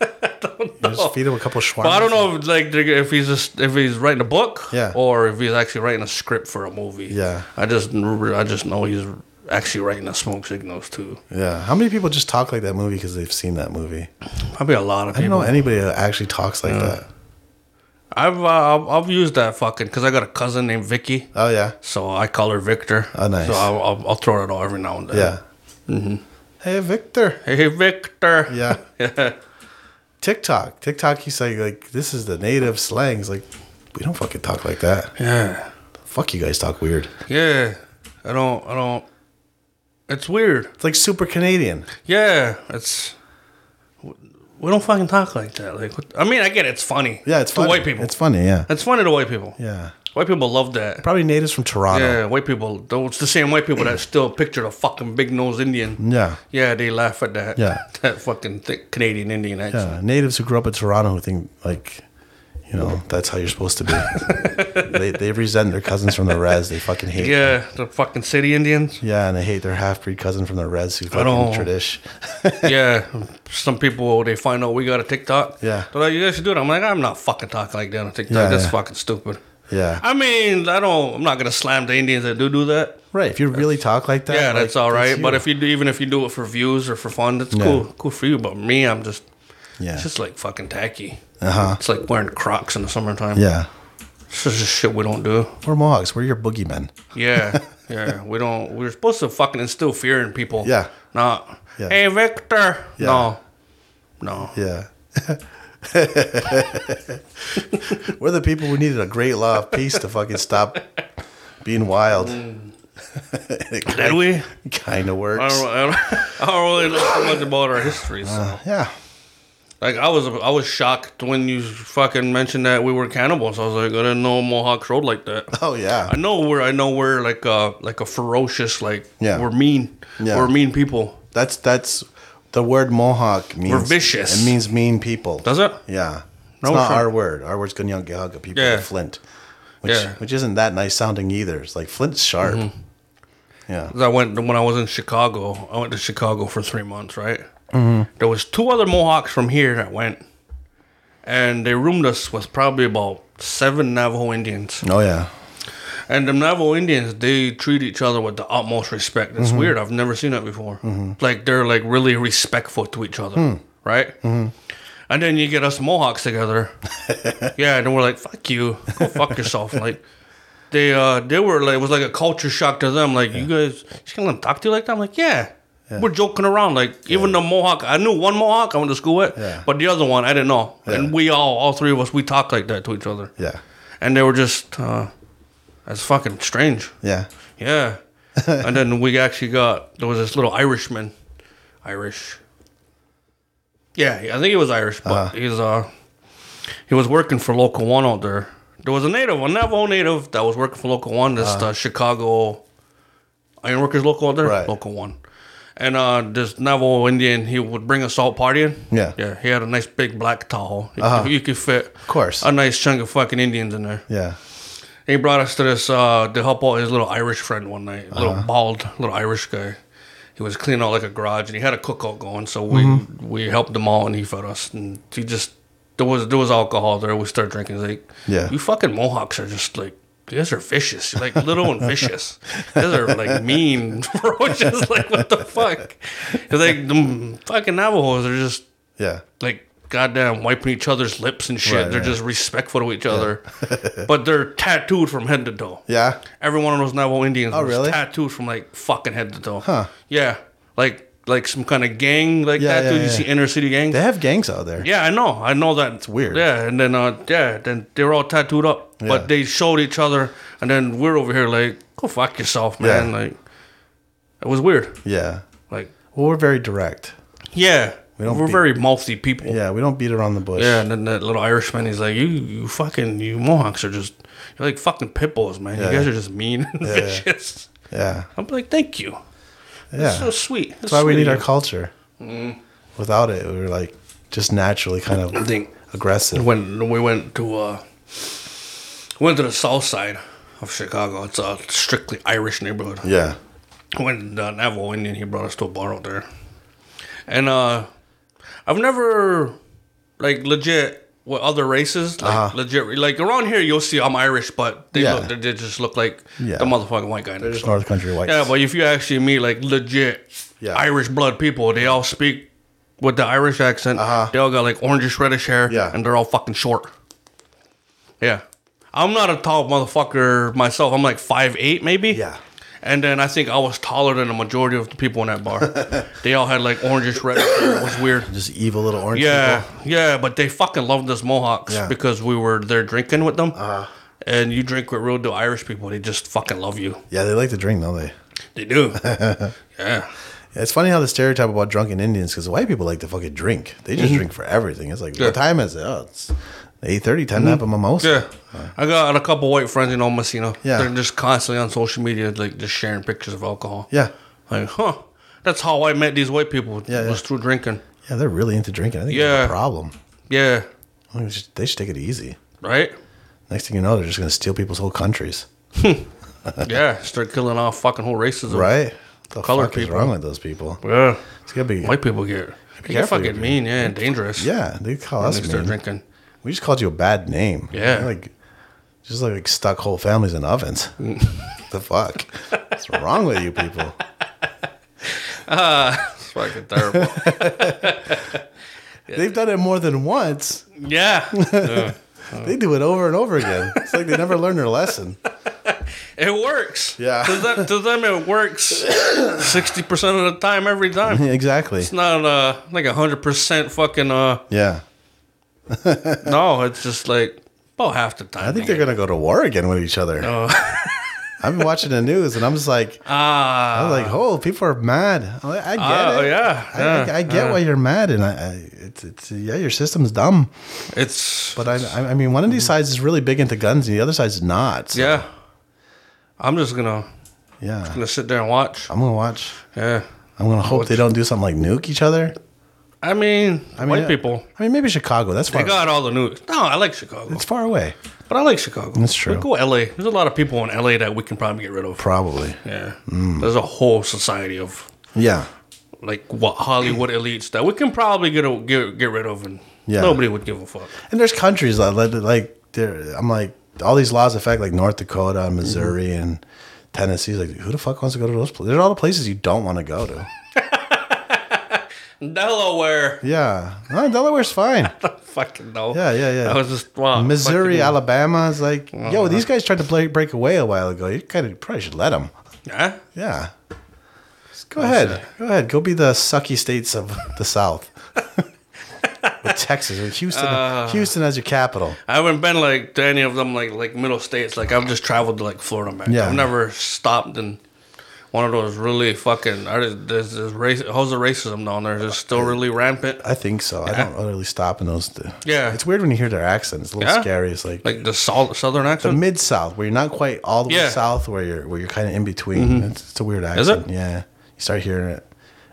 You Just feed him a couple schwarms. But I don't know if like they're- if he's just if he's writing a book, Yeah. or if he's actually writing a script for a movie. Yeah. I just remember- I just know he's actually writing the Smoke Signals too. Yeah. How many people just talk like that movie because they've seen that movie? Probably a lot of I don't people. know anybody that actually talks like that. I've uh, I've- I've used that fucking because I got a cousin named Vicky, Oh yeah. so I call her Victor. Oh, nice. So I'll, I'll, I'll throw it out every now and then. Yeah. Mm-hmm. Hey Victor. Hey Victor. Yeah. <laughs> Yeah. TikTok. TikTok. You say like this is the native slang. It's like we don't fucking talk like that. Yeah. Fuck you guys talk weird. Yeah. I don't. I don't. It's weird. It's like super Canadian. Yeah. It's. We don't fucking talk like that. Like, what, I mean, I get it, it's funny. Yeah. It's to funny. white people. It's funny. Yeah. It's funny to white people. Yeah. White people love that. Probably natives from Toronto. Yeah, white people. though It's the same white people that still picture the fucking big nose Indian. Yeah. Yeah, they laugh at that. Mm. Yeah. <laughs> that fucking thick Canadian Indian accent. Yeah, natives who grew up in Toronto who think like, you know, that's how you're supposed to be. <laughs> they they resent their cousins from the res. They fucking hate. Yeah, Yeah, the fucking city <laughs> Indians. and they hate their half breed cousin from the res who fucking don't- tradish. yeah, some people they find out we got a TikTok. Yeah. they're like, you guys should do it. I'm like, I'm not fucking talking like that on TikTok. Yeah, That's yeah. fucking stupid. Yeah, I mean, I don't. I'm not gonna slam the Indians that do do that. right. If you really talk like that, Yeah, like, that's all right. you. But if you do, even if you do it for views or for fun, that's Yeah. cool, cool for you. But me, I'm just, yeah, it's just like fucking tacky. Uh-huh. It's like wearing Crocs in the summertime. yeah, this is just shit we don't do. we're Mohawks. We're your boogeymen. <laughs> Yeah, yeah, we don't. We're supposed to fucking instill fear in people. Yeah. not. Yeah. Hey, Victor. Yeah. No, no. Yeah. <laughs> We're the people who needed a great law of peace to fucking stop being wild. <laughs> Did we? kind of works. Mm. I don't, I don't, <laughs> I don't really know too much about our history. So. Uh, Yeah. Like I was, I was shocked when you fucking mentioned that we were cannibals. I was like, I didn't know Mohawks rode like that. Oh yeah. I know we're, I know we're like a, like a ferocious, like Yeah. we're mean, Yeah. we're mean people. That's that's the word Mohawk means. vicious. It means mean people. Does it? Yeah. It's No, not sure. our word. Our word's Gunyagaga people Yeah. in Flint, which Yeah. Mm-hmm. which isn't that nice sounding either. It's like Flint's sharp. Yeah. 'Cause I went when I was in Chicago. I went to Chicago for three months, right? Mm-hmm. There was two other Mohawks from here that went, and they roomed us with probably about seven Navajo Indians. Oh yeah. And the Navajo Indians, they treat each other with the utmost respect. Mm-hmm. It's weird. I've never seen that before. Like they're like really respectful to each other, Hmm. right? Mm-hmm. And then you get us Mohawks <laughs> together, yeah. And then we're like, "Fuck you, go fuck yourself." like they, uh, they were like, it was like a culture shock to them. Like you guys, you can't let them talk to you like that. I'm like, yeah. We're joking around, like even the Mohawk. I knew one Mohawk I went to school with, Yeah. but the other one I didn't know. Yeah. And we all, all three of us, we talk like that to each other Yeah. and they were just uh, That's fucking strange. Yeah. <laughs> Yeah. and then we actually got there was this little Irishman, Irish. Yeah, I think he was Irish, but Uh-huh. he's uh, he was working for Local One out there. There was a native, a Navajo native that was working for Local One. This Uh-huh. uh, Chicago Iron Workers Local out there, Right. Local One. And uh, this Navajo Indian, he would bring us out partying. Yeah. Uh-huh. yeah. He had a nice big black Tahoe. You- You could fit, of course. a nice chunk of fucking Indians in there. Yeah. He brought us to this uh, to help out his little Irish friend one night, a little bald little Irish guy. He was cleaning out like a garage, and he had a cookout going. So we we helped him out, and he fed us. And he just there was there was alcohol there. We started drinking. He's like, Yeah. you fucking Mohawks are just like. You guys are vicious, You're, like little and vicious. You guys are like mean, <laughs> ferocious. Like what the fuck? It's like the fucking Navajos are just Yeah. like goddamn wiping each other's lips and shit. Right, they're right. just respectful to each other, <laughs> but they're tattooed from head to toe. Yeah. Oh, Every one of those Navajo Indians was really? tattooed from like fucking head to toe. Huh. Yeah, like like some kind of gang like Yeah, that. Dude, yeah, you yeah. see inner city gangs. They have gangs out there. yeah, I know. I know that. It's weird. Yeah, and then uh, yeah, then they were all tattooed up, Yeah. but they showed each other, and then we're over here like, go fuck yourself, man. Yeah. Like, it was weird. Yeah. Like, Well, we're very direct. yeah, we don't are be- very mouthy people. Yeah. We don't beat around the bush. Yeah, and then that little Irishman, he's like, "You, you fucking, you Mohawks are just, you're like fucking pit bulls, man. Yeah. You guys are just mean and Yeah. vicious." Yeah. I'm like, "Thank you. That's Yeah. so sweet." Mm-hmm. That's why we need our culture. Without it, we were like just naturally kind <clears throat> of thing. aggressive. When we went to, uh, went to the south side of Chicago, it's a strictly Irish neighborhood. Yeah. when the Navajo Indian, he brought us to a bar out there, and uh, I've never like legit with other races like legit like around here you'll see I'm Irish, but they Uh-huh. Yeah. look they, they just look like Yeah. the motherfucking white guy. Just North Country whites. Yeah, but if you actually meet like legit Yeah. Irish blood people, they all speak with the Irish accent. They all got like orangish reddish hair, Uh-huh. Yeah. and they're all fucking short. Yeah. I'm not a tall motherfucker myself. I'm like five eight maybe. Yeah. And then I think I was taller than the majority of the people in that <laughs> bar. they all had like orangish red hair. It was weird. just evil little orange Yeah, people. yeah, but they fucking loved us Mohawks Yeah. Uh-huh. because we were there drinking with them. And you drink with real deal Irish people, they just fucking love you. Yeah, they like to drink, don't they? They <laughs> do. yeah. Yeah, It's funny how the stereotype about drunken Indians, because white people like to fucking drink. They just drink for everything. It's like, Mm-hmm. Yeah. Mm-hmm. what time is it? Oh, it's 8.30, time to have a mimosa. Yeah. I got a couple white friends in El Messina. Yeah. They're just constantly on social media, like just sharing pictures of alcohol. Yeah. Like, huh. That's how I met these white people. Yeah, yeah. was through drinking. Yeah, they're really into drinking. I think yeah. Yeah. a problem. Yeah. I think we should- They should take it easy. <laughs> Right? Next thing you know, they're just going to steal people's whole countries. yeah. Start killing off fucking whole races. of- Right? The Colored fuck is people. wrong with those people? Yeah. It's going to be. White people get they get careful, fucking you- mean, yeah, and dangerous. Yeah, they call When us they start mean. drinking. We just called you a bad name. Yeah. You're like, just like stuck whole families in ovens. Mm. <laughs> the fuck? What's wrong with you people? It's fucking terrible. They've done it more than once. <laughs> yeah. Yeah. Oh. They do it over and over again. It's like they never learned <laughs> their lesson. It works. Yeah. To them, to them it <coughs> works 60% of the time, every time. exactly. It's not uh, like 100% fucking, uh, Yeah. no, it's just like about half the time. I think they're going to go to war again with each other. Oh. <laughs> I've been watching the news and I'm just like, Ah. I'm like, oh, people are mad. I'm like, I get Oh, it. yeah, I, yeah, I, I get why you're mad. And I, I it's, it's, yeah, your system's dumb. It's But I, I- I mean, one of these sides is really big into guns and the other side's not. So, Mm-hmm. yeah. I'm just gonna yeah. gonna sit there and watch. I'm going to watch. Yeah. I'm going to hope they don't do something like nuke each other. I mean, I mean, white uh, people. I mean, maybe Chicago. That's They far, got all the news. No, I like Chicago, it's far away. but I like Chicago. That's true. We go LA. There's a lot of people in LA that we can probably get rid of. Probably. Yeah. Mm. There's a whole society of Yeah. like what Hollywood elites that we can probably get a, get get rid of, and Yeah. nobody would give a fuck. And there's countries that like, like there. I'm like all these laws affect like North Dakota and Missouri and Tennessee. Like who the fuck wants to go to those places? There's all the places you don't want to go to. Delaware. Yeah, no, Delaware's fine. Fucking no. Yeah, yeah, yeah. I was just wow. Missouri, fucking- Alabama is like, yo, these guys tried to play, break away a while ago. You kind of probably should let them. Yeah. Yeah. <laughs> Just go ahead. Go ahead. Go be the sucky states of the South. with Texas, with Houston, Houston as your capital. I haven't been like to any of them like like middle states. Like I've just traveled to like Florida and back. Yeah. I've never stopped in one of those really fucking. I just, there's this race. How's the racism down there? Is it still really rampant? I think so. I don't really stop in those. th- Yeah. it's weird when you hear their accents. It's a little Yeah. scary. It's like, Like the salt, southern accent. mid south, where you're not quite all the way Yeah. Mm-hmm. south, where you're where you're kind of in between. It's, it's a weird accent. it? Yeah, you start hearing it.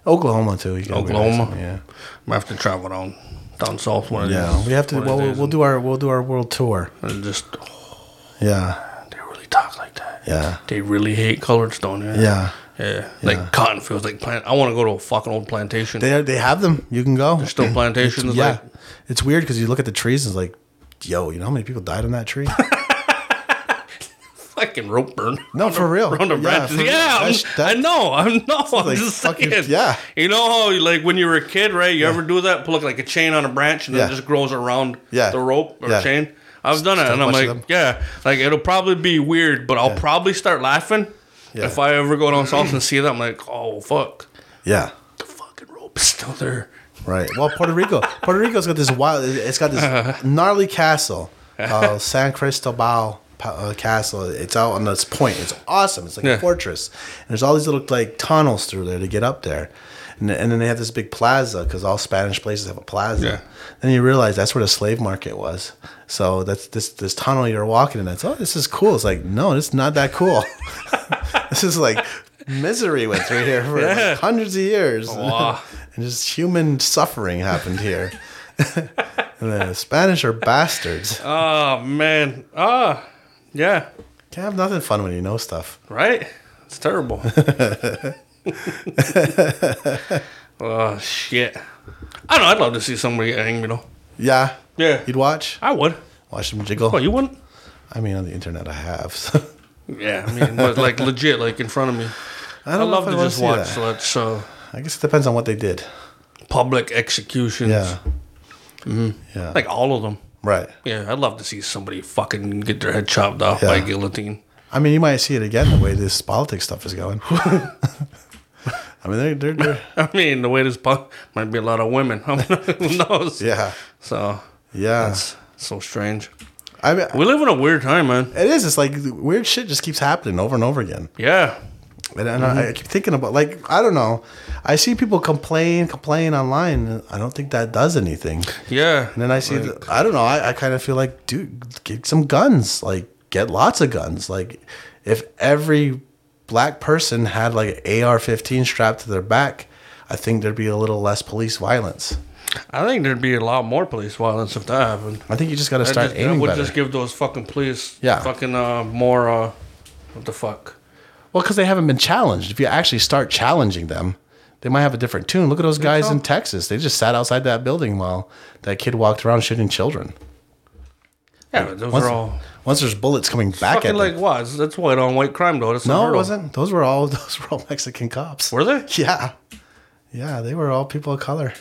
Oklahoma too. You got a weird Oklahoma. accent, yeah. I have to travel down down south one of Yeah, these- we have to. one of Well, we'll, these we'll do our we'll do our world tour. and just oh, Yeah, they really talk like that. yeah, They really hate colored stone. Yeah. yeah. Yeah. Like cotton fields, like plant. I want to go to a fucking old plantation. They are- they have them. You can go. There's <clears throat> still plantations. yeah, Like, it's weird because you look at the trees and it's like, yo, you know how many people died on <laughs> that tree? fucking rope burn. <laughs> No, for real. Around the branches. for Yeah, real. I'm, That's- that- I know. I'm not. I'm like just fucking- saying. yeah. You know how, like, when you were a kid, right? You ever do that? Put like, like a chain on a branch and Yeah. it just grows around Yeah. the rope or Yeah. chain? I've done it, Just and I'm a bunch like, of them. yeah, like it'll probably be weird, but I'll probably start laughing Yeah. if I ever go down south and see that. I'm like, oh fuck, yeah. the fucking rope is still <laughs> there. Right. Well, Puerto Rico. Puerto Rico's got this wild. It's got Uh-huh. this gnarly castle, uh, San Cristobal pa- uh, Castle. It's out on this point. It's awesome. It's like a Yeah. fortress. And there's all these little like tunnels through there to get up there, and, and then they have this big plaza because all Spanish places have a plaza. Yeah. Then you realize that's where the slave market was. So that's this this tunnel you're walking in. That's oh, this is cool. It's like no, it's not that cool. <laughs> this is like misery went through here for like, Yeah. hundreds of years Wow. and just human suffering happened here. <laughs> and the Spanish are bastards. Oh man, ah, yeah, Can't have nothing fun when you know stuff. right. It's <laughs> terrible. <laughs> oh shit. I don't know. I'd love to see somebody get angry though. Yeah, Yeah, you'd watch, I would. watch them jiggle. Well, you wouldn't. I mean, on the internet, I have. <laughs> So. Yeah, I mean, but <laughs> like legit, like in front of me. I, don't know love if I to wanna just see watch that. such uh, I guess it depends on what they did. public executions. Yeah, yeah, Mm-hmm. Like all of them. right. Yeah, I'd love to see somebody fucking get their head chopped off by Yeah. guillotine. <laughs> I mean, you might see it again the way this politics stuff is going. <laughs> I mean, they're, they're, they're I mean, the way this po- might be a lot of women. <laughs> I mean, who knows? yeah, So yeah. it's so strange. I mean, We live in a weird time, man. it is. It's like weird shit just keeps happening over and over again. Yeah. And, and I, I keep thinking about like I don't know. I see people complain, complain online. and I don't think that does anything. Yeah. And then I see, the, I don't know. I, I kind of feel like, dude, get some guns. Like, get lots of guns. Like, if every black person had like an AR-15 strapped to their back, I think there'd be a little less police violence. I think there'd be a lot more police violence if that happened. I think you just got to That, start just, that aiming would better. just give those fucking police Yeah. fucking uh, more, uh, what the fuck? Well, because they haven't been challenged. If you actually start challenging them, they might have a different tune. Look at those guys so? in Texas. They just sat outside that building while that kid walked around shooting children. Yeah, but those Once, are all. once there's bullets coming back at Fucking like them. what? That's white on white crime though. That's No, unheard it of. wasn't. Those were all <laughs> those were all Mexican cops. Were they? Yeah, yeah, they were all people of color.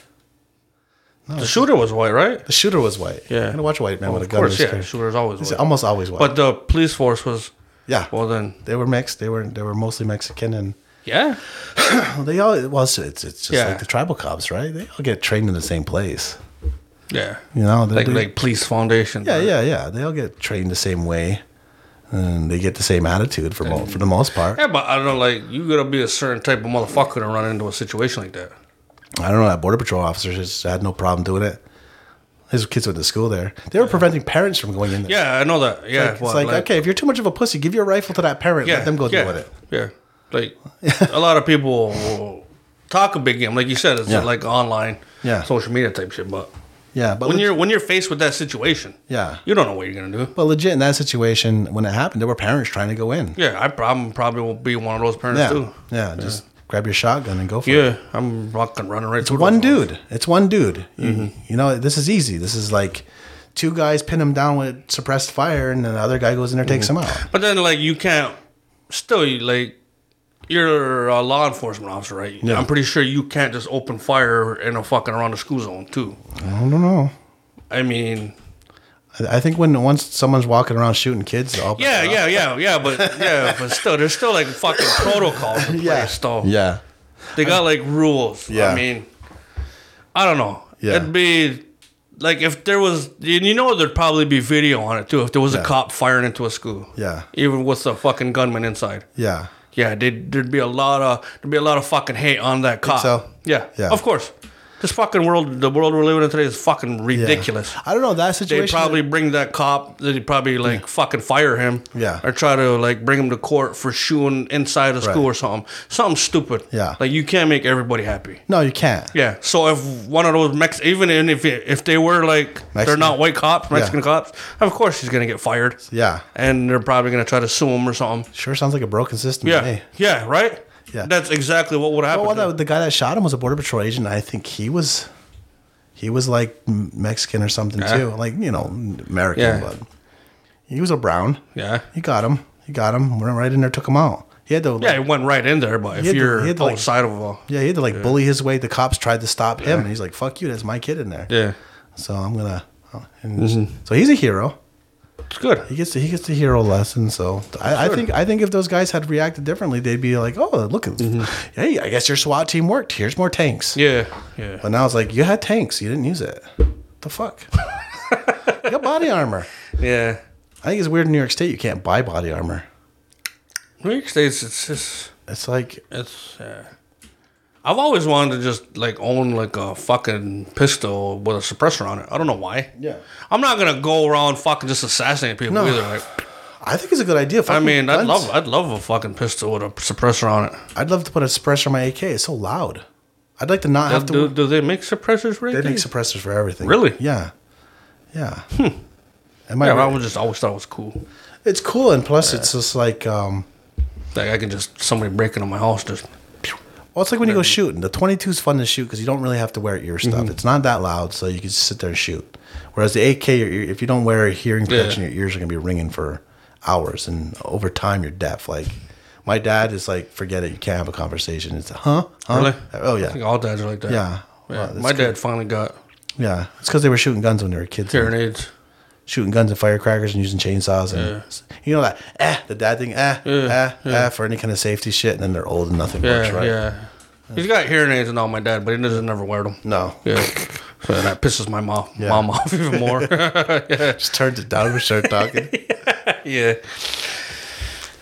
The shooter was white, right? The shooter was white. Yeah. and a watch a white man with a of gun. course, in his yeah. car. Shooter's always He's white. almost always white. But the police force was yeah, well then. they were mixed. They were they were mostly Mexican and Yeah. well, they all well it's it's, it's just Yeah. like the tribal cops, right? They all get trained in the same place. Yeah. You know, they- Like they- like police foundation. Yeah, yeah, yeah. They all get trained the same way, and they get the same attitude for mo- for the most part. Yeah, but I don't know, like you gotta be a certain type of motherfucker to run into a situation like that. I don't know. That border patrol officer just had no problem doing it. His kids went to school there. They were preventing parents from going in there. Yeah, I know that. Yeah. Like, it's but, like, okay, if you're too much of a pussy, give your rifle to that parent. yeah, let them go yeah, deal with it. Yeah. Like a lot of people will talk a big game. Like you said, it's Yeah. like online Yeah. social media type shit, but Yeah, but when leg- you're when you're faced with that situation, Yeah. you don't know what you're gonna do. but legit in that situation when it happened, there were parents trying to go in. Yeah, I probably probably will be one of those parents Yeah, too. yeah, just grab your shotgun and go for it. Yeah, I'm fucking running right through One those ones. dude. It's one dude. You- Mm-hmm. You know, this is easy. This is like two guys pin him down with suppressed fire, and then the other guy goes in there and Mm-hmm. takes him out. But then, like, you can't. Still, you like, you're a law enforcement officer, right? Yeah. I'm pretty sure you can't just open fire in a fucking around the school zone too. I don't know. I mean, I I think when once someone's walking around shooting kids, all yeah, yeah, yeah, yeah, but yeah, but still, there's still like fucking protocols in place. Yeah. Still, yeah, they got like rules. Yeah. I mean, I don't know. Yeah. It'd be like if there was, and you know, there'd probably be video on it too. If there was Yeah. a cop firing into a school, Yeah. even with the fucking gunman inside, Yeah. yeah, they'd, there'd be a lot of there'd be a lot of fucking hate on that cop. so? Yeah, Yeah. of course. This fucking world, the world we're living in today is fucking Yeah. ridiculous. I don't know that They'd situation. probably bring that cop. They'd probably like fucking fire him. Yeah. Or try to like bring him to court for shooting inside a school Right. or something. Something stupid. Yeah. Like you can't make everybody happy. No, you can't. Yeah. So if one of those Mex, even if if they were like they're Mexican. not white cops, Mexican Yeah. cops, of course he's gonna get fired, Yeah. and they're probably gonna try to sue him or something. Sure sounds like a broken system Yeah. to me. Yeah. Right. Yeah. That's exactly what would happen. Well, to- the, the guy that shot him was a border patrol agent. I think he was, he was like M- Mexican or something Yeah. too, like you know American, Yeah. but he was a brown. yeah. He got him. He got him. Went right in there, took him out. He had to. like- Yeah, it went right in there, but had if to- you're he had to, like- outside of a yeah, he had to like bully his way. The cops tried to stop him, and he's like, "Fuck you, that's my kid in there." yeah, Mm-hmm. So I'm gonna. uh, And So he's a hero. it's good. He gets the, he gets the hero lesson. So I, I think I think if those guys had reacted differently, they'd be like, "Oh, look at, hey, I guess your SWAT team worked. Here's more tanks." Mm-hmm. Yeah, yeah. But now it's like you had tanks, you didn't use it. <laughs> The fuck? you got body armor. Yeah. I think it's weird in New York State you can't buy body armor. New York State's it's just It's like it's uh, I've always wanted to just like own like a fucking pistol with a suppressor on it. I don't know why. Yeah. I'm not gonna go around fucking just assassinating people No. either. Like I think it's a good idea. I Fucking mean, I'd guns. love I'd love a fucking pistol with a suppressor on it. I'd love to put a suppressor on my AK. It's so loud. I'd like to not have to. Do, do they make suppressors for they AK? make suppressors for everything. Really? Hmm. Yeah. Yeah. Am I Yeah, I right? was just always thought it was cool. It's cool, and plus, it's just like, um, Like I can just somebody break into my house just well, it's like when you go shooting. The 22 is fun to shoot because you don't really have to wear ear stuff. Mm-hmm. It's not that loud, so you can just sit there and shoot. Whereas the AK, your ear, if you don't wear hearing protection, your ears are going to be ringing for hours, and over time, you're deaf. Like, my dad is like, forget it, you can't have a conversation. It's, huh? huh? really. Oh, I yeah. think all dads are like that. Yeah. Well, Yeah, that's my good. dad finally got Yeah. It's because they were shooting guns when they were kids. hearing aids. shooting guns and firecrackers and using chainsaws and you know that eh the dad thing eh eh eh for any kind of safety shit and then they're old and nothing Yeah, works right yeah. He's got hearing aids and all. My dad, but he doesn't never wear them. <laughs> no Yeah. So that pisses my mom, mom off even more. <laughs> just turns it down and start talking yeah.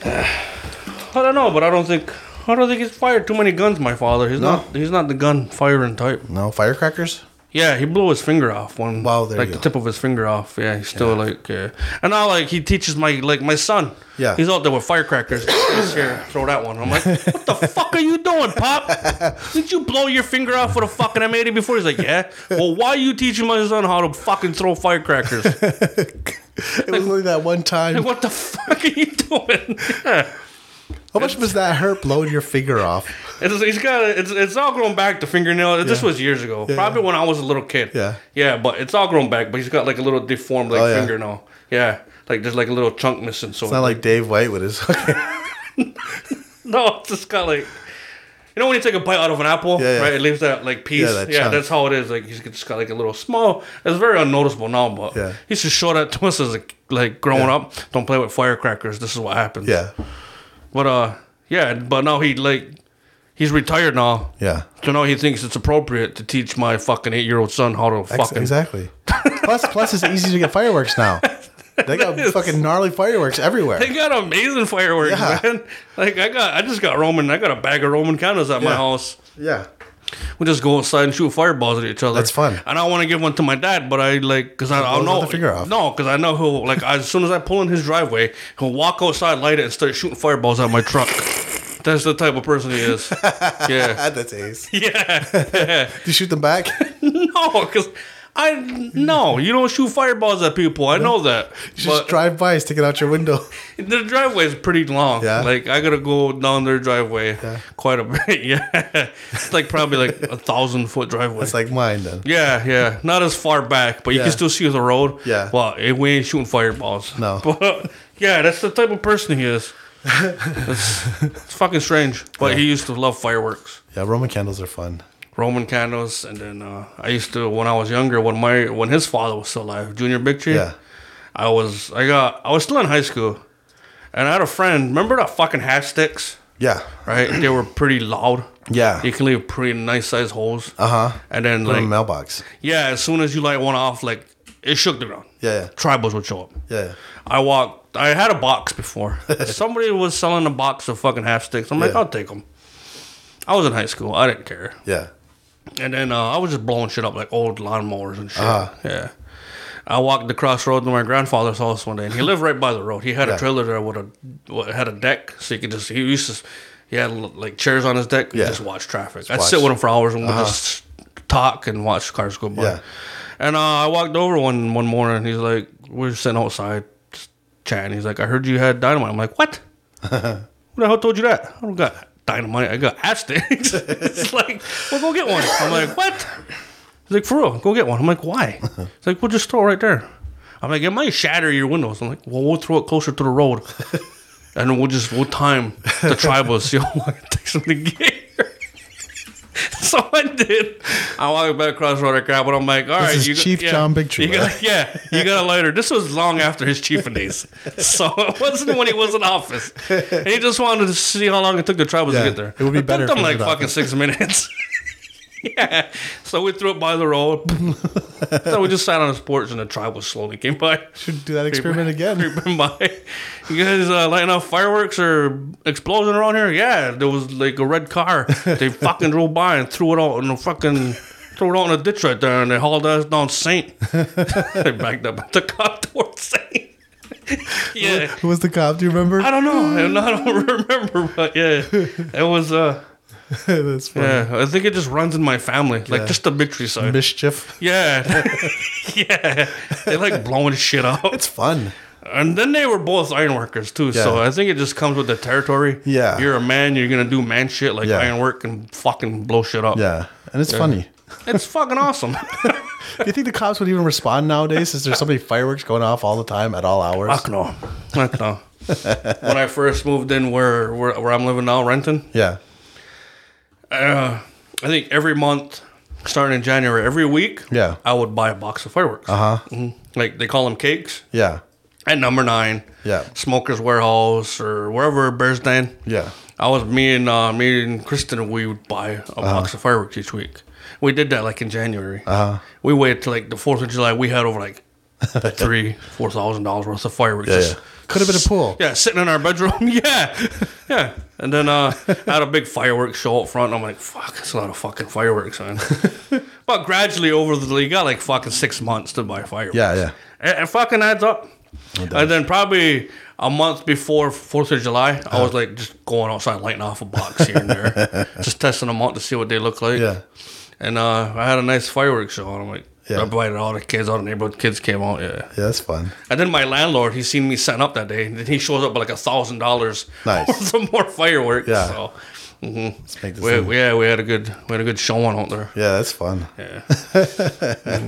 I don't know, but I don't think I don't think he's fired too many guns. My father, he's No. not he's not the gun firing type. <laughs> no firecrackers Yeah, he blew his finger off one. Wow, there like you the go. tip of his finger off. Yeah, he's still like, yeah. and now like he teaches my like my son. Yeah. he's out there with firecrackers. <coughs> He's here, throw that one. I'm like, what the fuck are you doing, pop? Did you blow your finger off with a fucking M80 before? He's like, yeah. Well, why are you teaching my son how to fucking throw firecrackers? Like, it was only that one time <laughs> what the fuck are you doing? Yeah. how much was that hurt blowing your finger off It's, he's got a, it's it's all grown back the fingernail. This Yeah. was years ago, probably when I was a little kid. Yeah. yeah, but it's all grown back. But he's got like a little deformed like Oh, yeah. fingernail. Yeah, like there's like a little chunk missing. So it's not like Dave White with his yeah <laughs> no, it's just got like you know when you take a bite out of an apple, Yeah, yeah. right? It leaves that like piece. Yeah, Yeah, that chunk. that's how it is. Like he's just got like a little small. It's very unnoticeable now, but Yeah. he used to show that to us as like, like growing Yeah. up. Don't play with firecrackers. This is what happens. <laughs> yeah but uh, yeah, but now he like he's retired now. yeah So now he thinks it's appropriate to teach my fucking eight year old son how to Ex- fucking. <laughs> <laughs> exactly plus plus it's easy to get fireworks now they got <laughs> fucking gnarly fireworks everywhere They got amazing fireworks, Yeah. man. Like I got, I just got Roman. I got a bag of Roman candles at my Yeah. house. yeah We just go outside and shoot fireballs at each other. That's fun. And I want to give one to my dad, but I like because I, I don't blows know. the finger off. No, because I know he'll like as soon as I pull in his driveway, he'll walk outside, light it, and start shooting fireballs at my truck. That's the type of person he <laughs> is. Yeah, that's ace do yeah. you shoot them <laughs> back <laughs> No, because I no, you don't shoot fireballs at people. I know that. just drive by stick it out your window <laughs> Their driveway is pretty long. Yeah? Like I gotta go down their driveway quite a bit. <laughs> Yeah, it's like probably like a thousand foot driveway. it's like mine then yeah, yeah, not as far back, but you Yeah. can still see the road. Yeah. well, eh, we ain't shooting fireballs. No. <laughs> but yeah, that's the type of person he is. it's, it's fucking strange, but he used to love fireworks. yeah Roman candles are fun Roman candles, and then uh, I used to when I was younger, when my when his father was still alive, Junior Big Tree. Yeah. I was I got I was still in high school, and I had a friend. Remember that fucking hat sticks, Yeah. right? they were pretty loud. Yeah. You can leave pretty nice sized holes. Uh huh. And then Put in a like mailbox. yeah, as soon as you light one off, like it shook the ground. Yeah, yeah. Tribals would show up. Yeah. I walked. I had a box <laughs> before. Somebody was selling a box of fucking half sticks. I'm like, Yeah. I'll take them. I was in high school. I didn't care. Yeah. And then uh, I was just blowing shit up like old lawnmowers and shit. Uh-huh. Yeah. I walked the crossroad to my grandfather's house one day, and he lived right by the road. He had Yeah. a trailer there with a what, had a deck, so you could just he used to he had like chairs on his deck. You Yeah. just watch traffic. I'd watch. sit with him for hours and we'd just talk and watch cars go by. Yeah. And uh, I walked over one one morning, and he's like, "We're sitting outside just chatting." He's like, "I heard you had dynamite." I'm like, "What?" Who the hell told you that? I don't got dynamite. I got <laughs> astics. it's like, well, go get one. I'm like, what? He's like, for real, go get one. I'm like, <laughs> why? He's like, well, just throw it right there. I'm like, it might shatter your windows. I'm like, well, we'll throw it closer to the <laughs> road, and we'll just we'll time the tribals. <laughs> See how long it takes them to get here. <laughs> so I did. I walked back across the road. I grabbed it. I'm like, all right, is go- Chief John Big Tree, You got, yeah, you got a lighter. This was long after his chiefing days, <laughs> so it wasn't when he was in office. And he just wanted to see how long it took the tribals Yeah, to get there. it would be better It took if he them like was in fucking <laughs> six minutes. yeah, <laughs> so we threw it by the road. so we just sat on his porch, and the tribals slowly came by. Should do that <laughs> experiment <laughs> again. Creeping by. You guys uh, lighting off fireworks or explosion around here? Yeah, there was like a red <laughs> car. They fucking drove by and threw it out in the fucking threw it out in the ditch right there, and they hauled us <laughs> down Saint. they backed up at the cop towards Saint. <laughs> yeah, Who was the cop? Do you remember? I don't know. I don't- I don't <laughs> remember, but yeah, it was. uh <laughs> That's funny. Yeah, I think it just runs in my family, like just the victory side. Mischief. yeah, <laughs> yeah, they like blowing shit up. It's fun. And then they were both ironworkers too, so Yeah. I think it just comes with the territory. Yeah. you're a man, you're gonna do man shit like Yeah. ironwork and fucking blow shit up. Yeah. And it's funny. it's fucking <laughs> awesome. Do you think the cops would even respond nowadays? Is there so many fireworks going off all the time at all hours? Fuck no, fuck no. when I first moved in where where, where I'm living now, Renton, Yeah. uh, I think every month, starting in January, every week, Yeah. Uh-huh. I would buy a box of fireworks. Uh huh. Like they call them cakes Yeah. at number nine. Yeah. Smokers Warehouse or wherever Bears Den. Yeah. I was me and uh, me and Kristen. We would buy a Uh-huh. box of fireworks each week. We did that like in January. Uh-huh. We waited till like the Fourth of July. We had over <laughs> like three, four thousand dollars worth of fireworks. Yeah, just- yeah. Could have been a pool. yeah, sitting in our bedroom. <laughs> yeah, yeah. And then uh, I had a big fireworks show up front. And I'm like, fuck, that's a lot of fucking fireworks, man. <laughs> but gradually over the, you got like fucking six months to buy fireworks. Yeah, yeah. It, it fucking adds up. And then probably a month before Fourth of July, Uh-huh. I was like just going outside, lighting off a box here and <laughs> there, just testing them out to see what they look like. Yeah. And uh, I had a nice fireworks show, and I'm like, Yeah. I invited all the kids, all the neighborhood kids came out. Yeah. Yeah, that's fun. And then my landlord, he seen me setting up that day, and then he shows up with like a thousand dollars <laughs> Nice. for some more fireworks. Yeah. So, Let's make this we, thing- we- yeah, we had a good we had a good showing out there. Yeah, that's fun. Yeah. <laughs> I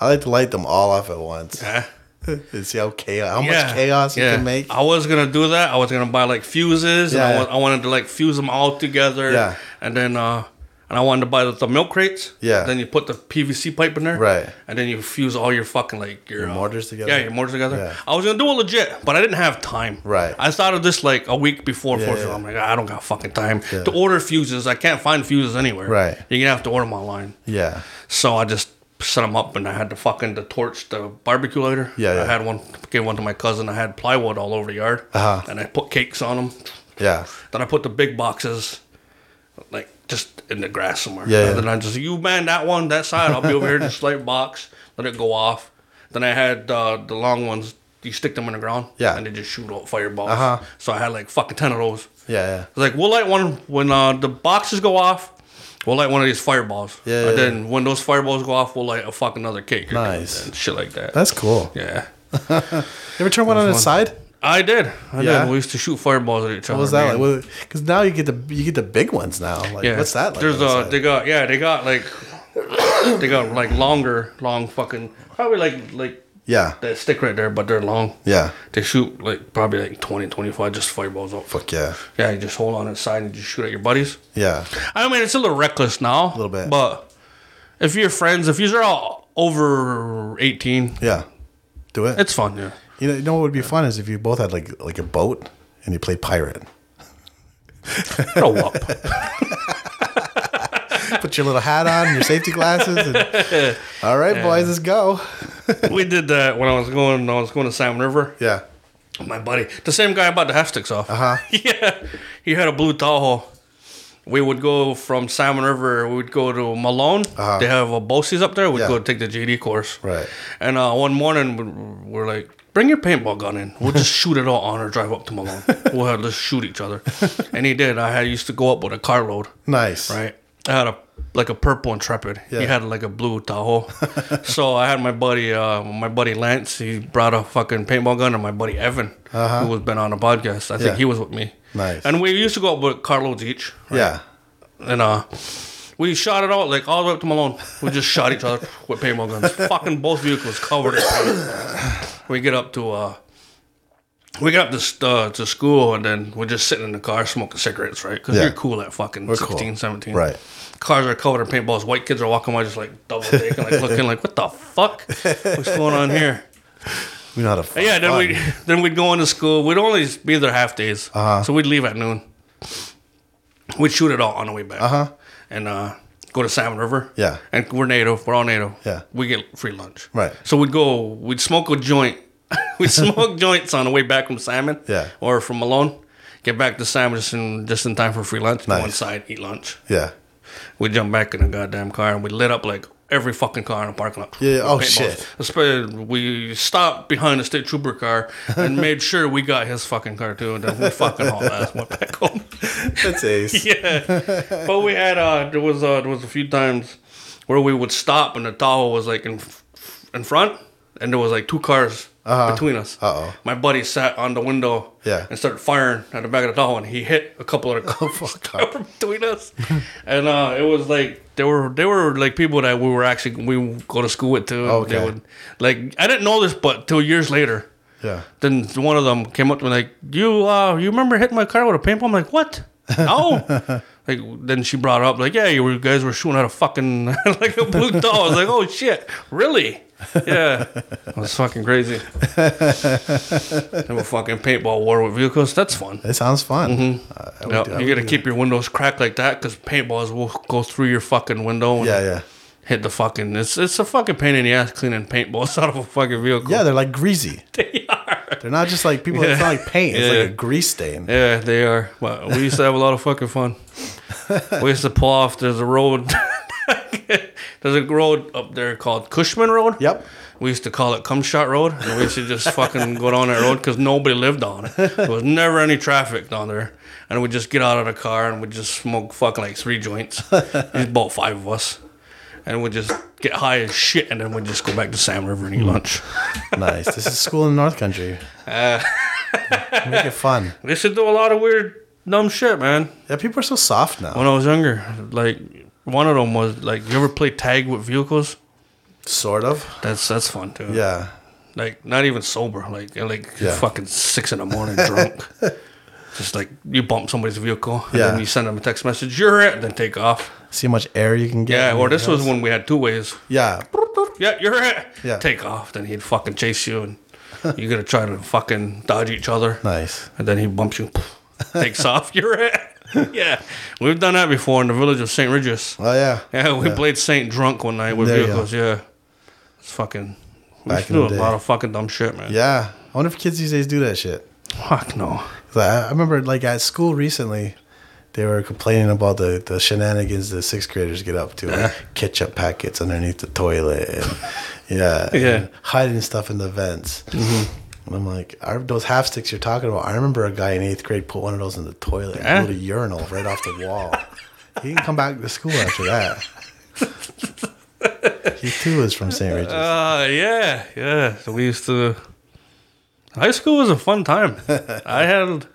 like to light them all off at once. Yeah. and see how chaos, how Yeah. much chaos you Yeah. can make. I was gonna do that. I was gonna buy like fuses, and Yeah. I, wa- I wanted to like fuse them all together. Yeah. and then uh, and I wanted to buy the, the milk crates. Yeah. then you put the PVC pipe in there. Right. and then you fuse all your fucking like your, uh, mortars together? Yeah, your mortars together. Yeah. I was gonna do it legit, but I didn't have time. Right. I started this like a week before Fourth of yeah. July. I'm like, "Ah, I don't got fucking time to order fuses. I can't find fuses anywhere. Right. you're gonna have to order them online. Yeah. So I just set them up, and I had the fucking the torch, the barbecue lighter. Yeah, I yeah. had one. Gave one to my cousin. I had plywood all over the yard, Uh-huh. and I put cakes on them. Yeah. Then I put the big boxes, like just in the grass somewhere. Yeah, yeah. And then I just you man that one that side. I'll be over here in the slight box. Let it go off. Then I had uh, the long ones. You stick them in the ground, Yeah. and they just shoot out fireballs. Uh-huh. So I had like fucking ten of those. Yeah. It's like we'll light one when uh, the boxes go off. We'll light one of these fireballs. Yeah, yeah, And then when those fireballs go off, we'll light a fucking another cake. or Nice. and shit like that. That's cool. yeah. You ever turn one on its side? I did. I Yeah? did. We used to shoot fireballs at each other. What was that man. like? Because now you get the you get the big ones now. Like yeah. what's that like? There's on the a side? they got yeah they got like <coughs> they got like longer long fucking probably like like yeah that stick right there but they're long. yeah They shoot like probably like 20, 25 just fireballs out. fuck yeah Yeah, you just hold on to the side and just shoot at your buddies. yeah I mean, it's a little reckless now. A Little bit. But if your friends, if you're all over 18, yeah. Do it. it's fun, yeah. you know you know what would be fun is if you both had like like a <laughs> boat and you played pirate. Grow up. But Put your little hat on, your safety glasses. And, <laughs> all right, boys, let's go. we did that when I was going. I was going to Sam River. yeah. My buddy, the same guy I bought the half sticks off. Uh-huh. Uh huh. <laughs> yeah, he had a blue Tahoe. We would go from Salmon River. We would go to Malone. Uh-huh. They have a Bosie's up there. We'd Yeah. go take the JD course. Right. And uh, one morning, we- we're like, "Bring your paintball gun in. We'll <laughs> just shoot it all on or drive up to Malone. we'll have, let's shoot each other." And he did. I had, used to go up with a carload. Nice. Right. I had a like a purple intrepid. He Yeah. had like a blue <laughs> Tahoe. so I had my buddy, uh, my buddy Lance. He brought a fucking paintball gun, and my buddy Evan, who has been on the podcast. I think Uh-huh. Yeah. he was with me. Nice. And we used to go up with carloads each, Yeah. and uh, we shot it out like all the way up to Malone. We just shot each other <laughs> with paintball guns. fucking both vehicles covered. in paint. we get up to uh, we get up to st- uh, to school, and then we're just sitting in the car smoking cigarettes, right? Because Yeah. you're cool at fucking cool. 16, 17, Right. Cars are covered in paintballs. White kids are walking by, just like double taking, like looking, like what the fuck? What's going on here? We know how to. Fun. Yeah, then we then we'd go into school. We'd only be there half days, Uh-huh. so we'd leave at noon. We'd shoot it all on the way back, uh-huh. and uh, go to Salmon River. Yeah. and we're native. We're all native. Yeah. we get free lunch. Right. So we'd go. We'd smoke a joint. <laughs> we'd <laughs> smoke joints on the way back from Salmon. Yeah. or from Malone. Get back to Salmon just in, just in time for free lunch. Go Nice. inside, eat lunch. Yeah. <laughs> We jumped back in the goddamn car and we lit up like every fucking car in the parking lot. Yeah, oh, Paintballs. shit. Especially we stopped behind the state trooper car <laughs> and made sure we got his fucking car too, and then we fucking hauled ass went back <laughs> home. That's ace. yeah, but we had uh, there was uh, there was a few times where we would stop and the Tahoe was like in in front, and there was like two cars. Between us, Uh-huh. Uh-oh. my buddy sat on the window Yeah. and started firing at the back of the Tahoe, and he hit a couple of the cars <laughs> Oh, Fuck. were between us, and uh, it was like there were there were like people that we were actually we would go to school with too. and They Okay. would like I didn't know this, but till years later, Yeah. then one of them came up to me like, "You uh, you remember hitting my car with a paintball?" I'm like, "What? No." like then she brought up like, "Yeah, you were- you guys were shooting at a fucking <laughs> like a blue doll." I was like, "Oh shit, really?" Yeah, it was fucking crazy. Have a fucking paintball war with vehicles. That's fun. That sounds fun. Mm-hmm. Uh, I would No, do- I you would gotta do keep your windows cracked like that because paintballs will go through your fucking window and that. Yeah. Yeah. hit the fucking. It's it's a fucking pain in the ass cleaning paintballs <laughs> out of a fucking vehicle. Yeah, they're like greasy. <laughs> They are. They're not just like people. It's not like paint. It's Yeah. like a grease stain. Yeah, they are. But we used to have a lot of fucking <laughs> fun. We used to pull off. There's a road. <laughs> there's a road up there called Cushman Road. Yep. We used to call it Cumshot Road, and we used to just fucking go down that road because nobody lived on it. There was never any traffic down there, and we'd just get out of the car and we'd just smoke fucking like three joints. There's about five of us, and we'd just get high as shit, and then we'd just go back to Sam River and eat lunch. Nice. This is school in the North Country. Uh. <laughs> Make it fun. They should do a lot of weird dumb shit, man. Yeah, people are so soft now. When I was younger, like one of them was like, you ever play tag with vehicles? Sort of. That's that's fun too. Yeah. like not even sober, like you're like Yeah. fucking six in the morning <laughs> drunk. Just like you bump somebody's vehicle, and Yeah. then you send them a text message, "You're it," and then take off. See how much air you can get. Yeah, in or your this was house. when we had two ways. Yeah. Yeah, you're it. Yeah. take off. Then he'd fucking chase you, and you're gonna try to fucking dodge each other. Nice. And then he bumps you, takes off. <laughs> You're it. yeah, we've done that before in the village of St. Regis. Oh yeah. Yeah, we played Saint Drunk one night with There you vehicles. Yeah, it's fucking. We Back used to in do a the day. lot of fucking dumb shit, man. Yeah. I wonder if kids these days do that shit. Fuck no. 'Cause I, I remember like at school recently, they were complaining about the, the shenanigans the sixth graders get up to, like ketchup packets underneath the toilet, and yeah, Yeah. and hiding stuff in the vents. And I'm like, I, those half sticks you're talking about. I remember a guy in eighth grade put one of those in the toilet Yeah. and blew the urinal right off the wall. he didn't come back to school after that. he too was from St. Regis. Uh, yeah, yeah. So we used to. High school was a fun <laughs> time. I had.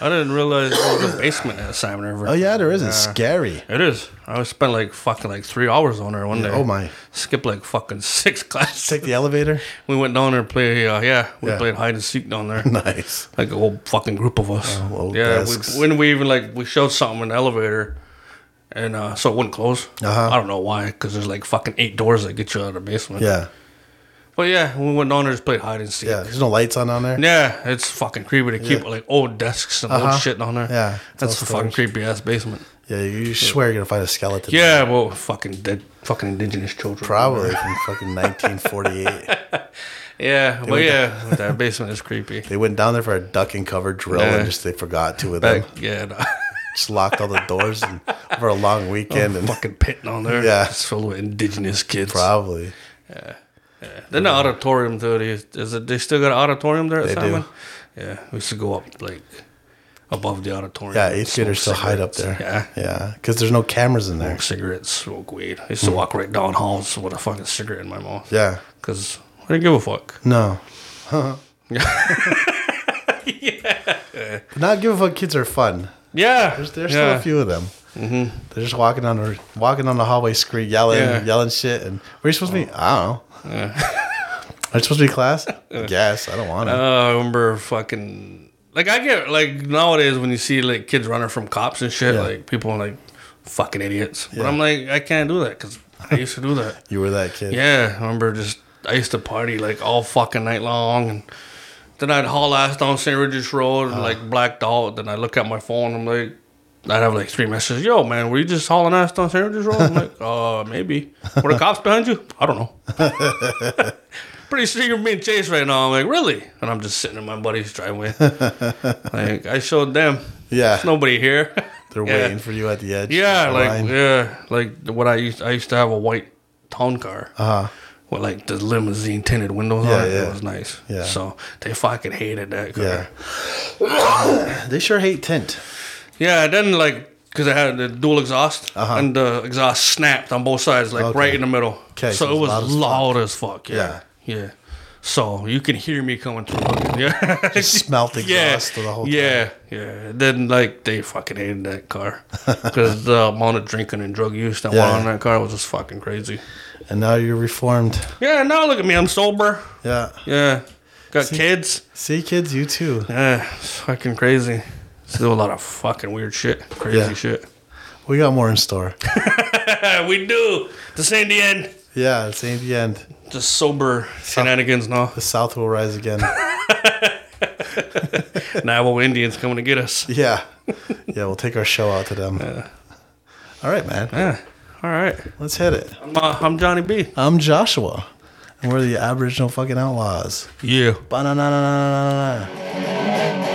I didn't realize there was a basement at Simon River. oh yeah, there isn't scary. It is. I spent like fucking like three hours on there one day. Oh my! Skipped like fucking <laughs> six classes. Take the elevator. We went down there and played. Uh, yeah, we Yeah. played hide and seek down <laughs> there. Nice. like a whole fucking group of us. Oh, old yeah, we, desks. when we even like we showed something in the elevator, and uh, so it wouldn't close. Uh-huh. I don't know why, because there's like fucking eight doors that get you out of the basement. Yeah. but yeah, we went down there just played hide and seek. Yeah, there's no lights on down there. Yeah, it's fucking creepy to keep like old desks and old shit down there. Uh-huh. Yeah, it's that's all a fucking creepy ass basement. Yeah, you sh- swear you're gonna find a skeleton. Yeah, well, fucking dead, fucking indigenous children. probably from <laughs> fucking 1948. Yeah, but yeah, that <laughs> basement is creepy. they went down there for a duck and cover drill Yeah. and just they forgot two of them. Back, yeah, nah. <laughs> Just locked all the doors and, for a long weekend and fucking pit down there. Yeah. it's filled with indigenous kids. probably. Then the auditorium though, they, is it, they still got an auditorium there at They do. Simon? Yeah, we used to go up like above the auditorium. Yeah, and eighth graders still smoke hide up there. cigarettes. Yeah. yeah, because there's no cameras in there. smoke cigarettes, smoke weed. I used Hmm. to walk right down halls with a fucking cigarette in my mouth. Yeah, Because I didn't give a fuck. <laughs> no. <laughs> Not give a fuck. Kids are fun. Yeah. There's, there's yeah. Mm-hmm. still a few of them. They're just walking on the walking on the hallway, screaming, yelling, Yeah. Oh. yelling shit. And where you supposed to be? I don't know. <laughs> Are you supposed to be class? <laughs> yes, I don't want to. Uh, I remember fucking. Like, I get, like, nowadays when you see, like, kids running from cops and shit, Yeah. like, people are like, fucking idiots. But Yeah. I'm like, I can't do that because I used to do that. you were that kid. Yeah, I remember just I used to party like all fucking night long, and then I'd haul ass down St. Regis Road Uh-huh. and like blacked out. Then I look at my phone, I'm like, I'd have like three messages. Yo, man, were you just hauling ass down St. Regis Road? I'm <laughs> like, uh, maybe. Were the cops behind you? I don't know. <laughs> Pretty sure you're being chased right now. I'm like, really? And I'm just sitting in my buddy's <laughs> driveway. like I showed them. Yeah. There's nobody here. <laughs> They're Yeah. waiting for you at the edge. Yeah, of the like line. yeah, like what I used. I used to have a white town car. Uh-huh. With like the limousine tinted windows Yeah, on it. yeah. It was nice. Yeah. So they fucking hated that car. yeah. Yeah. <coughs> they sure <laughs> hate tint. then like because I had the dual exhaust and the exhaust snapped on both sides, like Uh-huh. Okay. right in the middle. 'Kay, So, it was loud, as, fuck. fuck. Yeah. Yeah. So you can hear me coming through. <laughs> Yeah. Just smelt exhaust the whole time. Yeah, yeah. Then like they fucking hated that <laughs> car because the amount of drinking and drug use that Yeah. went on in that car was just fucking crazy. And now you're reformed. Yeah, now look at me, I'm sober. Yeah. Yeah, got kids. See, kids, you too. Yeah, it's Eh, fucking crazy. Still a lot of fucking weird shit, crazy Yeah. shit. We got more in <laughs> store. Yeah, we do. This ain't the end. yeah, it's ain't the end. Just sober shenanigans now. The South will rise again. Navajo Indians coming to get us. yeah. <laughs> Yeah, we'll take our show out to them. All right, man. Yeah. All right. Let's hit it. I'm, uh, I'm Johnny B. I'm Joshua, and we're the Aboriginal fucking outlaws. Yeah. Ba-na-na-na-na-na-na.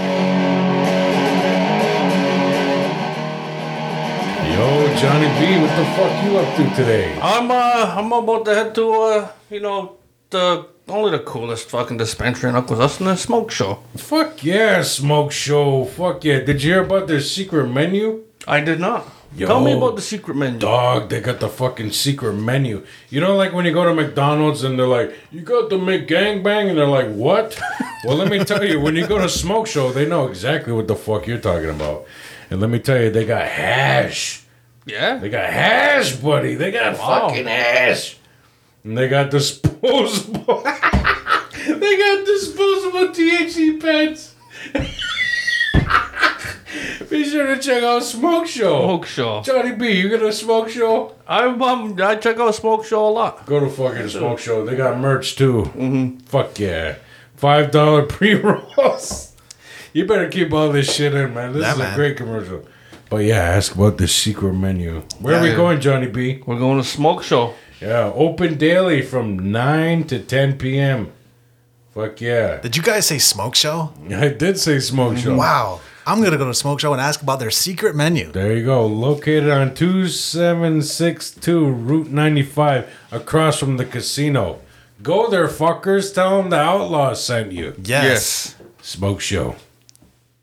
Yo, Johnny B, what the fuck you up to today? I'm uh I'm about to head to uh you know the only the coolest fucking dispensary in Aquasasana smoke show. Fuck yeah, smoke show. Fuck yeah. Did you hear about their secret menu? I did not. Yo. Tell me about the secret menu. Dog, they got the fucking secret menu. You know, like when you go to McDonald's and they're like, you got the McGangbang, and they're like, what? well, let me tell you, when you go to smoke show, they know exactly what the fuck you're talking about. And let me tell you, they got hash. Yeah. They got hash, buddy. They got fucking hash. And they got disposable. <laughs> they got disposable THC pens. <laughs> Be sure to check out Smoke Show. Smoke show. Johnny B, you gonna smoke show? I'm um, I check out smoke show a lot. Go to fucking smoke show. They got merch too. Mm-hmm. Fuck yeah, five dollar <laughs> pre rolls. You better keep all this shit in, man. This Yeah, is man. a great commercial. But yeah, ask about the secret menu. Where are we Yeah. going, Johnny B? We're going to smoke show. Yeah, open daily from 9 to 10 p.m. Fuck yeah. Did you guys say smoke show? I did say smoke show. Wow. I'm gonna go to smoke show and ask about their secret menu. There you go. Located on 2762 Route 95 across from the casino. Go there, fuckers. Tell them the outlaw sent you. Yes. Smoke show.